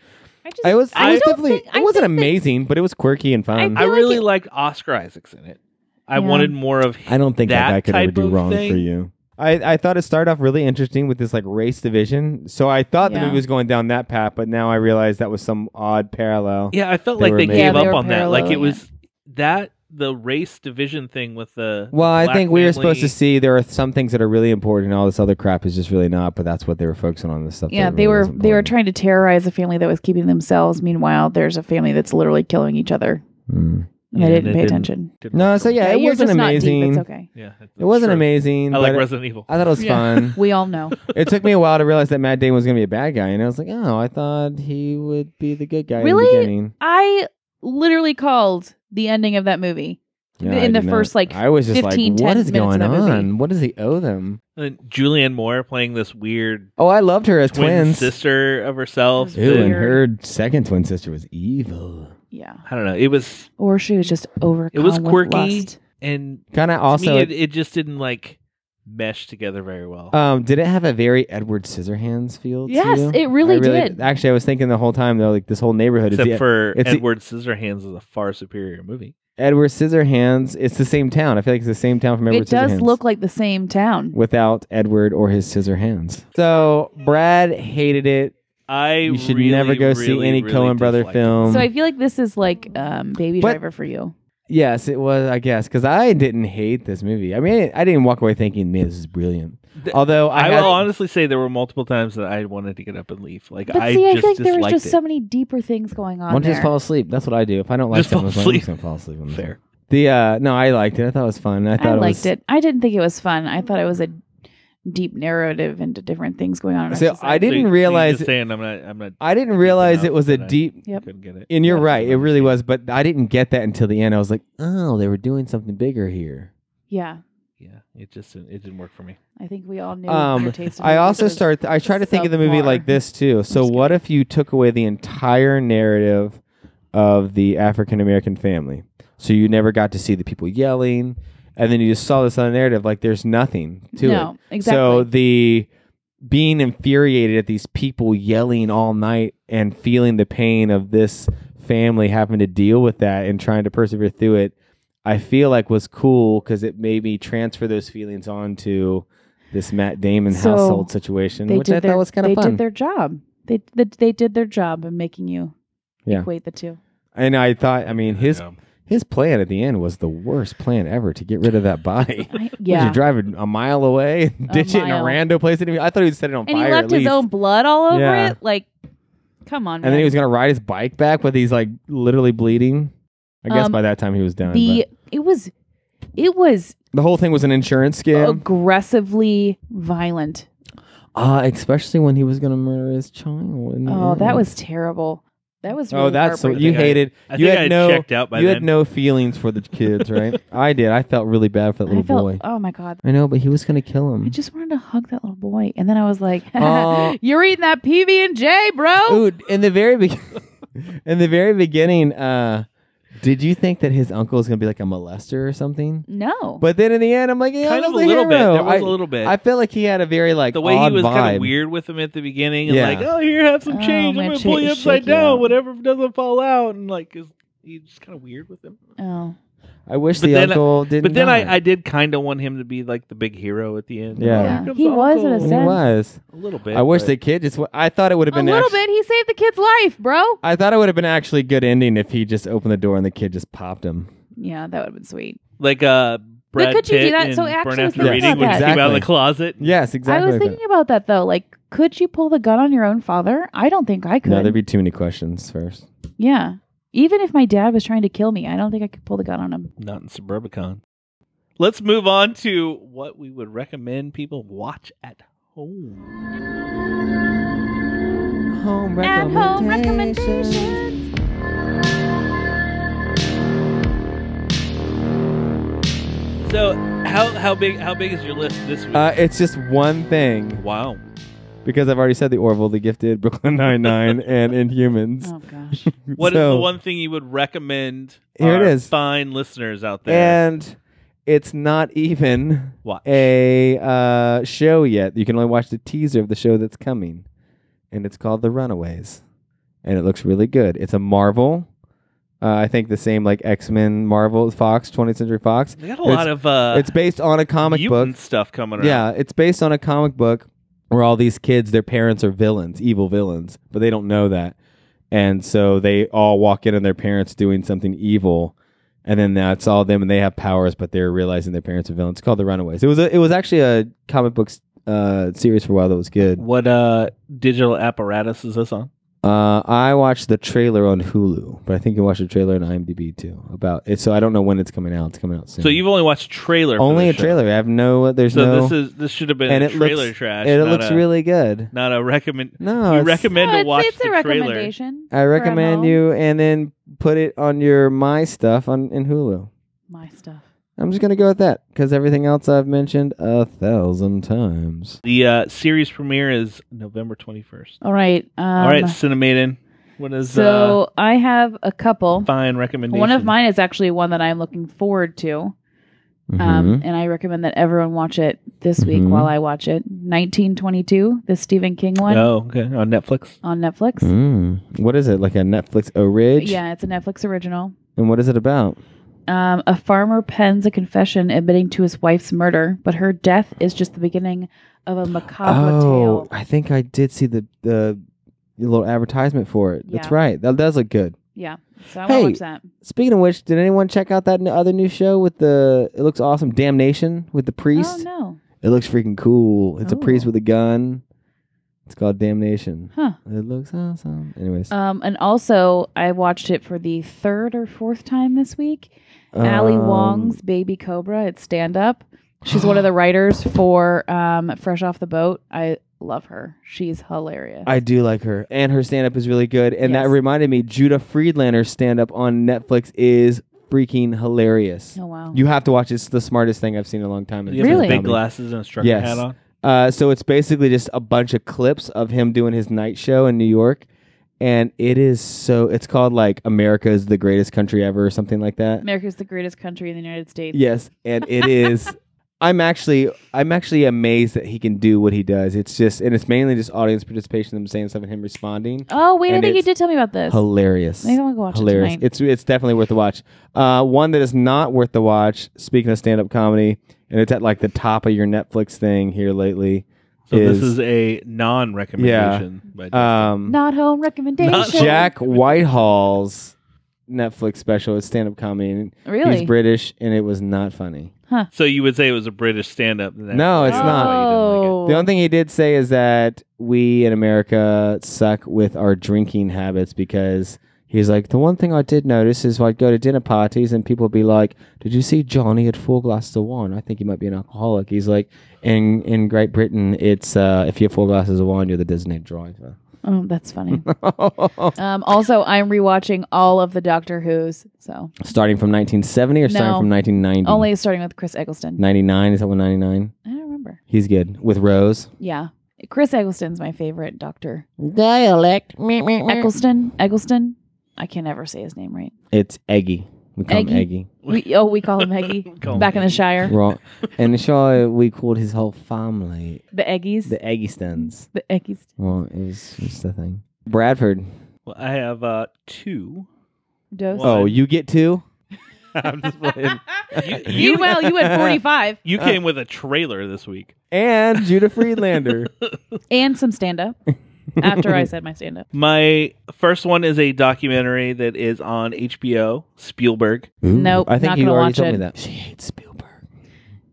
S3: I, just,
S2: I was I, was
S3: don't
S2: definitely
S3: think- I
S2: it wasn't
S3: think that-
S2: amazing, but it was quirky and fun.
S3: I
S1: I
S3: feel like
S1: really
S3: it-
S1: liked Oscar Isaac's in it. I
S3: Yeah.
S1: wanted more of
S2: I don't think that,
S1: that
S2: guy could ever
S1: type
S2: do
S1: of
S2: wrong for
S1: thing.
S2: you. I, I thought it started off really interesting with this like race division. So I thought the
S3: Yeah.
S2: movie was going down that path, but now I realize that was some odd parallel.
S1: Yeah, I felt
S2: They
S1: like
S2: were
S1: they
S2: amazing. Yeah,
S1: gave
S2: they
S1: up
S3: were
S1: on that. Like it
S3: paralleling
S1: was that the race division thing with the
S2: Well, I
S1: black
S2: think we were supposed
S1: family-
S2: to see there are some things that are really important, and all this other crap is just really not. But that's what they were focusing on. This stuff.
S3: Yeah,
S2: that
S3: they
S2: really
S3: were
S2: wasn't
S3: they were
S2: important.
S3: trying to terrorize a family that was keeping themselves. Meanwhile, there's a family that's literally killing each other.
S2: Mm.
S3: And
S1: Yeah,
S3: I
S1: and
S3: didn't
S1: it
S3: pay
S1: didn't-
S3: attention.
S1: didn't
S2: No,
S1: work
S2: so
S1: for me.
S2: yeah, it
S3: you're
S2: wasn't
S3: just not deep.
S2: amazing.
S3: It's okay.
S1: yeah, that's
S2: It wasn't
S1: true.
S2: amazing.
S1: I like
S2: but
S1: Resident Evil.
S2: I thought it was
S3: Yeah.
S2: fun.
S3: We all know.
S2: it took me a while to realize that Matt Damon was going to be a bad guy, and I was like, oh, I thought he would be the good guy. In the
S3: Really?
S2: beginning.
S3: I literally called the ending of that movie.
S2: No,
S3: In
S2: I
S3: the
S2: did not.
S3: first, like,
S2: I was just
S3: 15,
S2: like, what
S3: 10
S2: is
S3: minutes
S2: going
S3: of that movie.
S2: on? What does he owe them?
S1: And Julianne Moore playing this weird
S2: Oh, I loved her as
S1: twin
S2: twins.
S1: sister of herself.
S3: It
S2: Ew,
S3: was
S1: that-
S2: and her
S3: Weird.
S2: second twin sister was evil.
S3: Yeah.
S1: I don't know. It was
S3: Or she was just over.
S1: it was quirky and
S2: Kind of
S1: also
S2: also
S1: it, it just didn't like mesh together very well.
S2: Um, did it have a very Edward Scissorhands feel? to
S3: Yes,
S2: you?
S3: it really
S2: I
S3: did.
S2: Actually, I was thinking the whole time though, like this whole neighborhood is
S1: Except
S2: the, e,
S1: for
S2: it's the-
S1: Edward Scissorhands is a far superior movie.
S2: Edward Scissorhands. It's the same town. I feel like it's the same town from Edward.
S3: It does
S2: Scissorhands
S3: look like the same town.
S2: without Edward or his scissor hands. So Brad hated it.
S1: I
S2: You should
S1: really,
S2: never go see
S1: really,
S2: any
S1: really
S2: Cohen brother
S1: disliked it.
S2: film.
S3: So I feel like this is like um, Baby
S2: But-
S3: Driver for you.
S2: Yes, it was. I guess because I didn't hate this movie. I mean, I didn't walk away thinking, "Man, this is brilliant."
S1: Th-
S2: Although I,
S1: I,
S2: had-
S1: will honestly say there were multiple times that I wanted to get up and leave. Like
S3: But
S1: I
S3: see, I,
S1: just
S3: feel like there was
S1: disliked
S3: just
S1: it.
S3: so many deeper things going on
S2: Why don't you
S3: there.
S2: just fall asleep? That's what I do. If I don't like
S1: Just fall
S2: something, I'm
S1: asleep.
S2: just gonna fall asleep. on this
S1: Fair.
S2: one. The uh, no, I liked it. I thought it was fun. I thought
S3: I
S2: it
S3: liked
S2: was,
S3: it. I didn't think it was fun. I thought it was a deep narrative into different things going on. In our
S2: So I
S3: society.
S2: didn't
S1: So you- so you're
S2: realize
S1: just
S2: it-
S1: saying I'm not. I'm not.
S2: I didn't
S1: deep
S2: realize
S1: enough
S2: it was a
S1: that I
S2: deep.
S3: Yep.
S1: Couldn't get it.
S2: And you're
S1: Yeah,
S2: right.
S1: I
S2: It really
S1: understand.
S2: was, but I didn't get that until the end. I was like, oh, they were doing something bigger here.
S3: Yeah,
S1: Yeah, it just didn't- it didn't work for me.
S3: I think we all knew.
S2: Um,
S3: our taste in
S2: I
S3: movies
S2: also
S3: was-
S2: start. I try to think of the movie
S3: subpar.
S2: like this too. So
S3: just
S2: what if you took away the entire narrative of the African American family? So you never got to see the people yelling, and then you just saw this other narrative. Like there's nothing to it.
S3: no, exactly.
S2: So the being infuriated at these people yelling all night and feeling the pain of this family having to deal with that and trying to persevere through it, I feel like was cool because it made me transfer those feelings onto this Matt Damon
S3: So
S2: household situation,
S3: they
S2: which
S3: did
S2: I
S3: their,
S2: thought was kind
S3: they
S2: of fun.
S3: did their job. They, they they did their job in making you
S2: Yeah.
S3: equate the two.
S2: and I thought, I mean, his
S1: Yeah.
S2: his plan at the end was the worst plan ever to get rid of that body.
S3: I-
S2: You're
S3: yeah,
S2: driving a mile away,
S3: A
S2: ditch it in a
S3: mile.
S2: rando place. Didn't even- I thought he would set it on
S3: and
S2: fire.
S3: he left
S2: at
S3: his
S2: least.
S3: own blood all over
S2: Yeah.
S3: it. Like, come on.
S2: and then
S3: man.
S2: he was gonna ride his bike back, but he's like literally bleeding. I guess
S3: Um,
S2: by that time he was done.
S3: the
S2: The,
S3: it was it was
S2: the whole thing was an insurance scam,
S3: aggressively violent.
S2: uh, especially when he was gonna murder his child. in the
S3: Oh, that
S2: end.
S3: was terrible. That was really
S2: oh, that's so
S1: I
S2: you
S3: heartbreaking.
S1: think I-
S2: hated.
S1: I
S2: you
S1: think
S2: had
S1: I had
S2: no.
S1: checked out by
S2: you
S1: then.
S2: had no feelings for the kids, right? I did. I felt really bad for that
S3: I
S2: little
S3: felt
S2: boy.
S3: oh my god.
S2: I know, but he was gonna kill him.
S3: I just wanted to hug that little boy, and then I was like,
S2: Mm. Oh.
S3: "You're eating that PB and J, bro."
S2: Ooh, oh! in the very be- in the very beginning, uh, did you think that his uncle was gonna be like a molester or something?
S3: No,
S2: But then in the end, I'm like, yeah,
S1: kind
S2: that
S1: of a
S2: was a
S1: little bit.
S2: hero.
S1: There was
S2: I-
S1: a little bit.
S2: I feel like he had a very like
S1: the way
S2: odd
S1: he was kind
S2: vibe.
S1: of weird with him at the beginning, and
S2: Yeah.
S1: like, oh, here, have some
S3: Oh,
S1: change. I'm
S3: my
S1: gonna pull
S3: cha-
S1: you upside
S3: shake you
S1: down.
S3: out.
S1: Whatever doesn't fall out, and like, is he's just kind of weird with him.
S3: oh,
S2: I wish
S1: But
S2: the
S1: then-
S2: uncle didn't.
S1: But then
S2: die.
S1: I, I did kind of want him to be like the big hero at the end.
S2: Yeah.
S1: Oh, here
S3: Yeah.
S1: comes
S3: He
S1: the
S3: was in a
S1: uncle.
S2: he
S3: sense.
S2: was.
S1: a little bit.
S2: I wish
S1: but-
S2: the kid just. wa- I thought it would have
S3: a
S2: been
S3: little
S2: act-
S3: bit. He saved the kid's life, bro.
S2: I thought it would have been actually good ending if he just opened the door and the kid just popped him.
S3: Yeah, that would have been sweet.
S1: like uh, Brad
S3: could you
S1: Pitt
S3: do that?
S1: in
S3: So actually,
S1: Burn After
S2: think
S1: Reading
S2: about
S1: when he
S2: that.
S1: came out of the
S2: Exactly.
S1: closet.
S2: Yes, exactly.
S3: I was
S2: like
S3: thinking about that though. Like, could you pull the gun on your own father? I don't think I
S2: that. No,
S3: could.
S2: there'd be too many questions first.
S3: yeah, even if my dad was trying to kill me, I don't think I could pull the gun on him.
S1: Not in Suburbicon. Let's move on to what we would recommend people watch at home.
S2: Home
S3: At home recommendations.
S1: So how how big how big is your list this week?
S2: Uh, it's just one thing
S1: wow.
S2: because I've already said the Orville, the Gifted, Brooklyn Nine Nine, and Inhumans.
S3: Oh gosh.
S1: What is
S2: So-
S1: the one thing you would recommend
S2: Here it
S1: our
S2: is.
S1: fine listeners out
S3: Oh.
S1: there
S2: And it's not even
S1: watch?
S2: a uh, show yet. You can only watch the teaser of the show that's coming, and it's called The Runaways, and it looks really good. It's a Marvel. Uh, I think the same like X Men, Marvel, Fox, 20th Century Fox.
S1: They got a
S2: It's-
S1: lot of uh,
S2: it's based on a comic book.
S1: mutant stuff coming around.
S2: Yeah, it's based on a comic book where all these kids, their parents are villains, evil villains, but they don't know that. And so they all walk in on their parents doing something evil, and then that's all them, and they have powers, but they're realizing their parents are villains. It's called The Runaways. It was a, it was actually a comic book uh, series for a while that was good.
S1: What uh digital apparatus is this on?
S2: Uh, I watched the trailer on Hulu, but I think you watched the trailer on IMDb too. About it, so I don't know when it's coming out. It's coming out soon.
S1: So you've only watched trailer. for
S2: only a
S1: this show.
S2: trailer. I have no. There's
S1: So
S2: no.
S1: this is this should have been
S2: and
S1: a
S2: it looks-
S1: trailer trash.
S2: and it
S1: not
S2: looks
S1: a-
S2: really good.
S1: not a recommend.
S2: No,
S1: you
S2: it's-
S1: recommend
S3: No,
S1: to
S3: it's,
S1: watch
S3: it's
S1: the
S3: a
S1: trailer.
S3: recommendation.
S2: I
S3: for at
S2: recommend
S3: home.
S2: you, and then put it on your my stuff on in Hulu.
S3: my stuff.
S2: I'm just gonna go with that because everything else I've mentioned a thousand times.
S1: The uh, series premiere is November twenty first.
S3: All right. Um,
S1: All right, Cinemaiden. What is
S3: So I have a
S1: uh,
S3: couple.
S1: fine recommendation?
S3: One of mine is actually one that I'm looking forward to,
S2: Mm-hmm.
S3: um, and I recommend that everyone watch it this week
S2: Mhm.
S3: while I watch it. 1922, the Stephen King one
S1: Oh, okay. On Netflix.
S3: on Netflix.
S2: Mhm. Mm. What is it like a Netflix O Ridge?
S3: Yeah, it's a Netflix original.
S2: And what is it about?
S3: Um, a farmer pens a confession admitting to his wife's murder, but her death is just the beginning of a macabre
S2: oh,
S3: tale.
S2: I think I did see the the little advertisement for it. That's
S3: Yeah.
S2: right. That does look good.
S3: Yeah. So I
S2: Hey.
S3: want to watch that. Oh,
S2: Speaking of which, did anyone check out that n- other new show with the? It looks awesome. Damnation with the priest.
S3: Oh no.
S2: It looks freaking cool. It's a priest
S3: Oh.
S2: with a gun. It's called Damnation.
S3: Huh.
S2: It looks awesome. Anyways,
S3: Um, and also, I watched it for the third or fourth time this week. Ali
S2: um,
S3: Wong's Baby Cobra. It's stand up. She's one of the writers for um, Fresh Off the Boat. I love her. She's hilarious.
S2: I do like her, and her stand up is really good. And that
S3: Yes.
S2: reminded me, Judah Friedlander's stand up on Netflix is freaking hilarious.
S3: oh wow.
S2: You have to watch it. It's the smartest thing I've seen in a long time. in
S1: You have those
S3: Really?
S1: Big
S2: comedy.
S1: glasses and a trucker
S2: Yes.
S1: hat on.
S2: Uh, so it's basically just a bunch of clips of him doing his night show in New York, and it is so. It's called like America is the greatest country ever, or something like that.
S3: America's the greatest country in the United States.
S2: Yes, and it is. I'm actually, I'm actually amazed that he can do what he does. It's just, and it's mainly just audience participation, them saying stuff, and him responding.
S3: Oh wait, I
S2: And
S3: think you
S2: it's
S3: did tell me about this.
S2: Hilarious,
S3: Maybe I'm gonna go watch
S2: hilarious.
S3: it tonight.
S2: it's it's definitely worth the watch. Uh, one that is not worth the watch. Speaking of stand up comedy, and it's at like the top of your Netflix thing here lately.
S1: So
S2: Is-
S1: this is a non-recommendation. by Justin.
S2: Um,
S3: Not home recommendation.
S1: Not home.
S2: Jack Whitehall's Netflix special is stand up comedy. And
S3: Really?
S2: He's British, and it was not funny.
S1: so you would say it was a British stand-up? then?
S2: No, it's not.
S1: Oh,
S2: The only thing he did say is that we in America suck with our drinking habits because he's like, the one thing I did notice is I'd go to dinner parties and people would be like, Did you see Johnny had four glasses of wine? I think he might be an alcoholic. He's like, In in Great Britain, it's uh, if you have four glasses of wine, you're the designated driver.
S3: oh, that's funny. um, also, I'm rewatching all of the Doctor Who's. So
S2: starting from 1970 or starting
S3: No.
S2: from 1990?
S3: only starting with Chris Eggleston.
S2: 99. Is that one 99?
S3: I don't remember.
S2: He's good. With Rose.
S3: Yeah, Chris Eggleston's my favorite Doctor.
S2: Dialect.
S3: Eggleston. Eggleston. I can never say his name right.
S2: It's Eggy. We call him
S3: Eggy?
S2: Eggy.
S3: We, oh, we call him Eggy.
S1: We call him
S3: Back in the Shire,
S2: Right. And the Shire, we called his whole family
S3: the Eggies,
S2: the
S3: the,
S2: Eggystons.
S3: Eggies.
S2: Well, it was just the thing. Bradford.
S1: Well, I have uh, two.
S3: Dose.
S1: Well,
S2: Oh, you get two?
S1: I'm just playing. You, you,
S3: Meanwhile, you had 45
S1: you came with a trailer this week.
S2: And Judah Friedlander.
S3: and some stand up. After I said my stand up,
S1: My first one is a documentary that is on HBO. Spielberg.
S3: Nope,
S2: I think
S3: not
S2: you
S3: gonna
S2: already
S3: watch
S2: told
S3: it.
S2: me that. She hates Spielberg.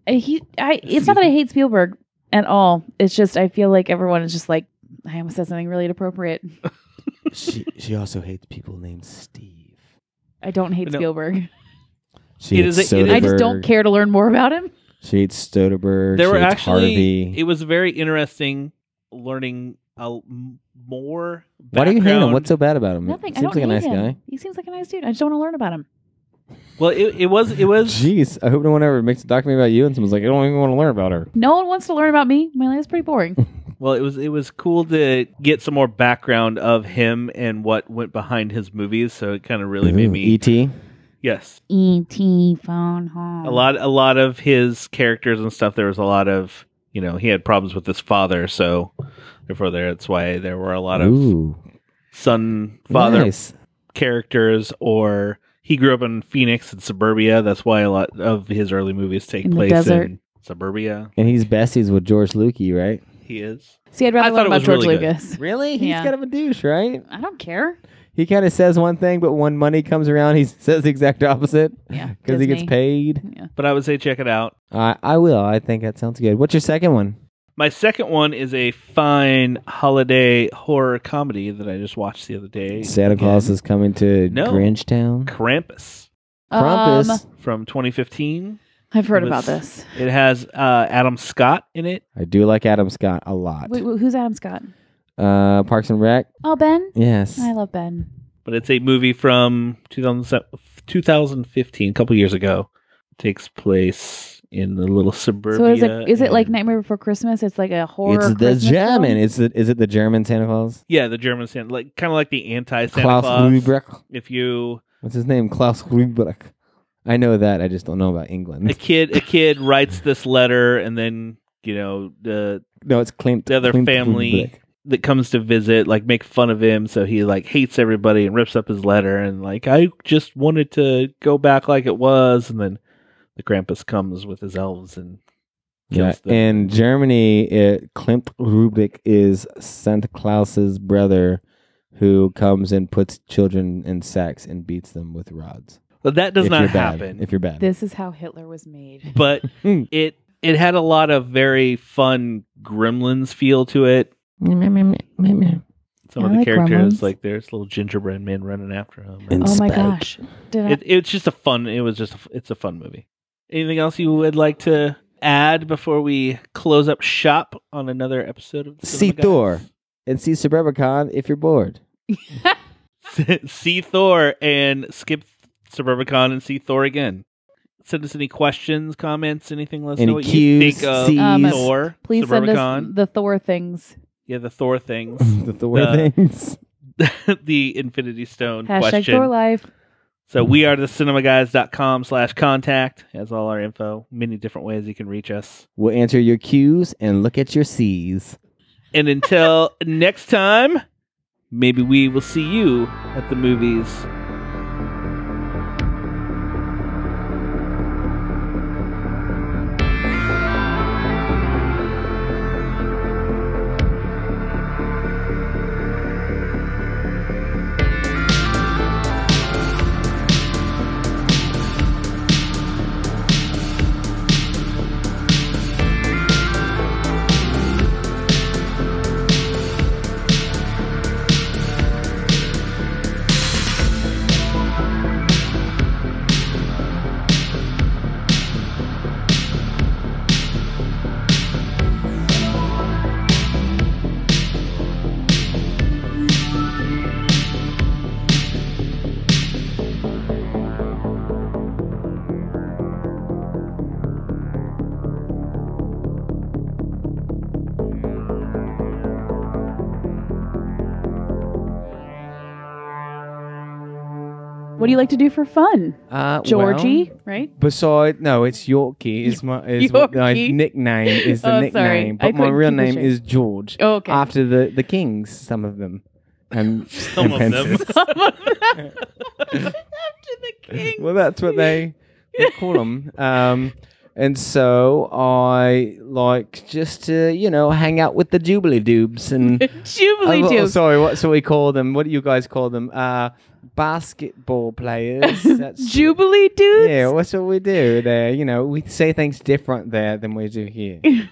S3: he, I, it's not that I hate Spielberg at all. It's just I feel like everyone is just like I almost said something really inappropriate.
S2: she, she also hates people named Steve.
S3: I don't hate
S1: No.
S3: Spielberg.
S2: She
S1: It is
S2: hates
S1: a- it is-
S3: I just don't
S2: Soderbergh.
S3: care to learn more about him.
S2: She hates Stoderberg.
S1: There
S2: she
S1: were
S2: hates
S1: actually.
S2: Harvey.
S1: It was very interesting learning a, m- more.
S2: Why do you hate him?
S1: background.
S2: What's so bad about him?
S3: Nothing.
S2: Mm, Seems
S3: I don't
S2: like a
S3: hate
S2: nice
S3: him.
S2: guy.
S3: He seems like a nice dude. I just don't want to learn about him.
S1: Well, it, it was. It was.
S2: Jeez, I hope no one ever makes a documentary about you and someone's like, I don't even want to learn about her.
S3: No one wants to learn about me. My life's pretty boring.
S1: Well, it was it was cool to get some more background of him and what went behind his movies. So it kind of really made
S2: Ooh,
S1: me
S2: E.T.
S1: yes,
S3: E.T. E phone home.
S1: a lot a lot of his characters and stuff. There was a lot of you know he had problems with his father, so therefore there that's why there were a lot of
S2: Ooh,
S1: son father
S2: nice.
S1: characters or. He grew up in Phoenix and suburbia. That's why a lot of his early movies take
S3: In the
S1: place
S3: desert.
S1: in suburbia.
S2: And he's besties with George Lukey, right?
S1: He is.
S3: See, I'd
S1: I
S3: rather
S1: thought
S3: learn
S1: it
S3: about
S1: was
S3: George
S1: really good.
S3: Lucas.
S2: Really? He's
S3: Yeah.
S2: kind of a douche, right?
S3: I don't care.
S2: He kind of says one thing, but when money comes around, he says the exact opposite
S3: Yeah,
S2: because he gets
S3: Disney.
S2: paid.
S3: Yeah.
S1: But I would say check it out.
S2: I I will. I think that sounds good. What's your second one?
S1: My second one is a fine holiday horror comedy that I just watched the other day.
S2: Santa Claus is coming to
S1: No.
S2: Grinchtown.
S1: Krampus
S2: Krampus.
S3: Um,
S1: from 2015.
S3: I've heard
S1: With-
S3: about this.
S1: It has uh, Adam Scott in it.
S2: I do like Adam Scott a lot.
S3: Wait, wait, who's Adam Scott?
S2: Uh, Parks and Rec.
S3: Oh, Ben.
S2: Yes.
S3: I love Ben.
S1: but it's a movie from 2007 2015, a couple years ago. takes place in the little suburbia.
S3: So is it is it like
S1: and-
S3: Nightmare Before Christmas? It's like a horror.
S2: It's the
S3: Christmas
S2: German.
S3: film?
S2: Is it is it the German Santa Claus?
S1: yeah, the German Santa, like kind of like the anti Santa
S2: Klaus
S1: Claus.
S2: Rubeck.
S1: If you
S2: What's his name? Klaus Rubeck. I know that. I just don't know about
S1: a
S2: England.
S1: kid a kid writes this letter and then you know the
S2: No, it's Clint.
S1: The other
S2: Clint
S1: family-
S2: Rubeck.
S1: that comes to visit like make fun of him so he like hates everybody and rips up his letter and like i just wanted to go back like it was and then the krampus comes with his elves and
S2: Yeah.
S1: kills them.
S2: In Germany, it, Klimt Rubick is Santa Claus's brother, who comes and puts children in sacks and beats them with rods.
S1: But that does
S2: If
S1: not
S2: you're bad.
S1: happen.
S2: If you're bad.
S3: This is how Hitler was made.
S1: but
S2: Hmm.
S1: it it had a lot of very fun Gremlins feel to it. Some
S3: I
S1: of the
S3: like
S1: characters,
S3: Gremlins.
S1: like there's little gingerbread man running after him.
S2: And
S3: Oh my
S2: Spike.
S3: gosh. Did I,
S1: it, it's just a fun. It was just a, f- it's a fun movie. Anything else you would like to add before we close up shop on another episode of
S2: See Thor and see Suburbicon if you're bored.
S1: see Thor and skip Suburbicon and see Thor again. Send us any questions, comments, anything. Let us
S2: Any
S1: know what you
S2: cues,
S1: think of
S2: Cs.
S3: Um,
S1: Thor,
S3: please send
S1: Suburbicon,
S3: us the Thor things.
S1: yeah, the Thor things,
S2: the Thor
S1: Uh,
S2: things.
S1: the Infinity Stone
S3: Hashtag
S1: question.
S3: Thor life.
S1: So we are the cinemaguys.com slash contact has all our info, many different ways you can reach us.
S2: We'll answer your Q's and look at your C's.
S1: And until next time, maybe we will see you at the movies.
S3: What do you like to do for fun?
S2: Uh,
S3: Georgie, right?
S2: Besides, no, it's Yorkie. Is my is what my
S3: Yorkie?
S2: nickname is the
S3: Oh, sorry.
S2: nickname,
S3: I
S2: but my
S3: couldn't
S2: real
S3: keep a
S2: name
S3: shape.
S2: is George.
S3: Oh, okay.
S2: After the the kings, some of them, and
S1: Some
S2: and
S1: of them.
S2: princess.
S3: After the king.
S2: well, that's what they, they call them. Um, and so I like just to you know hang out with the Jubilee Dubes and
S3: Jubilee
S2: Oh, oh,
S3: Dukes.
S2: sorry, what so we call them? What do you guys call them? Uh, basketball players. That's
S3: Jubilee dudes.
S2: Yeah, what's what we do there? You know, we say things different there than we do here.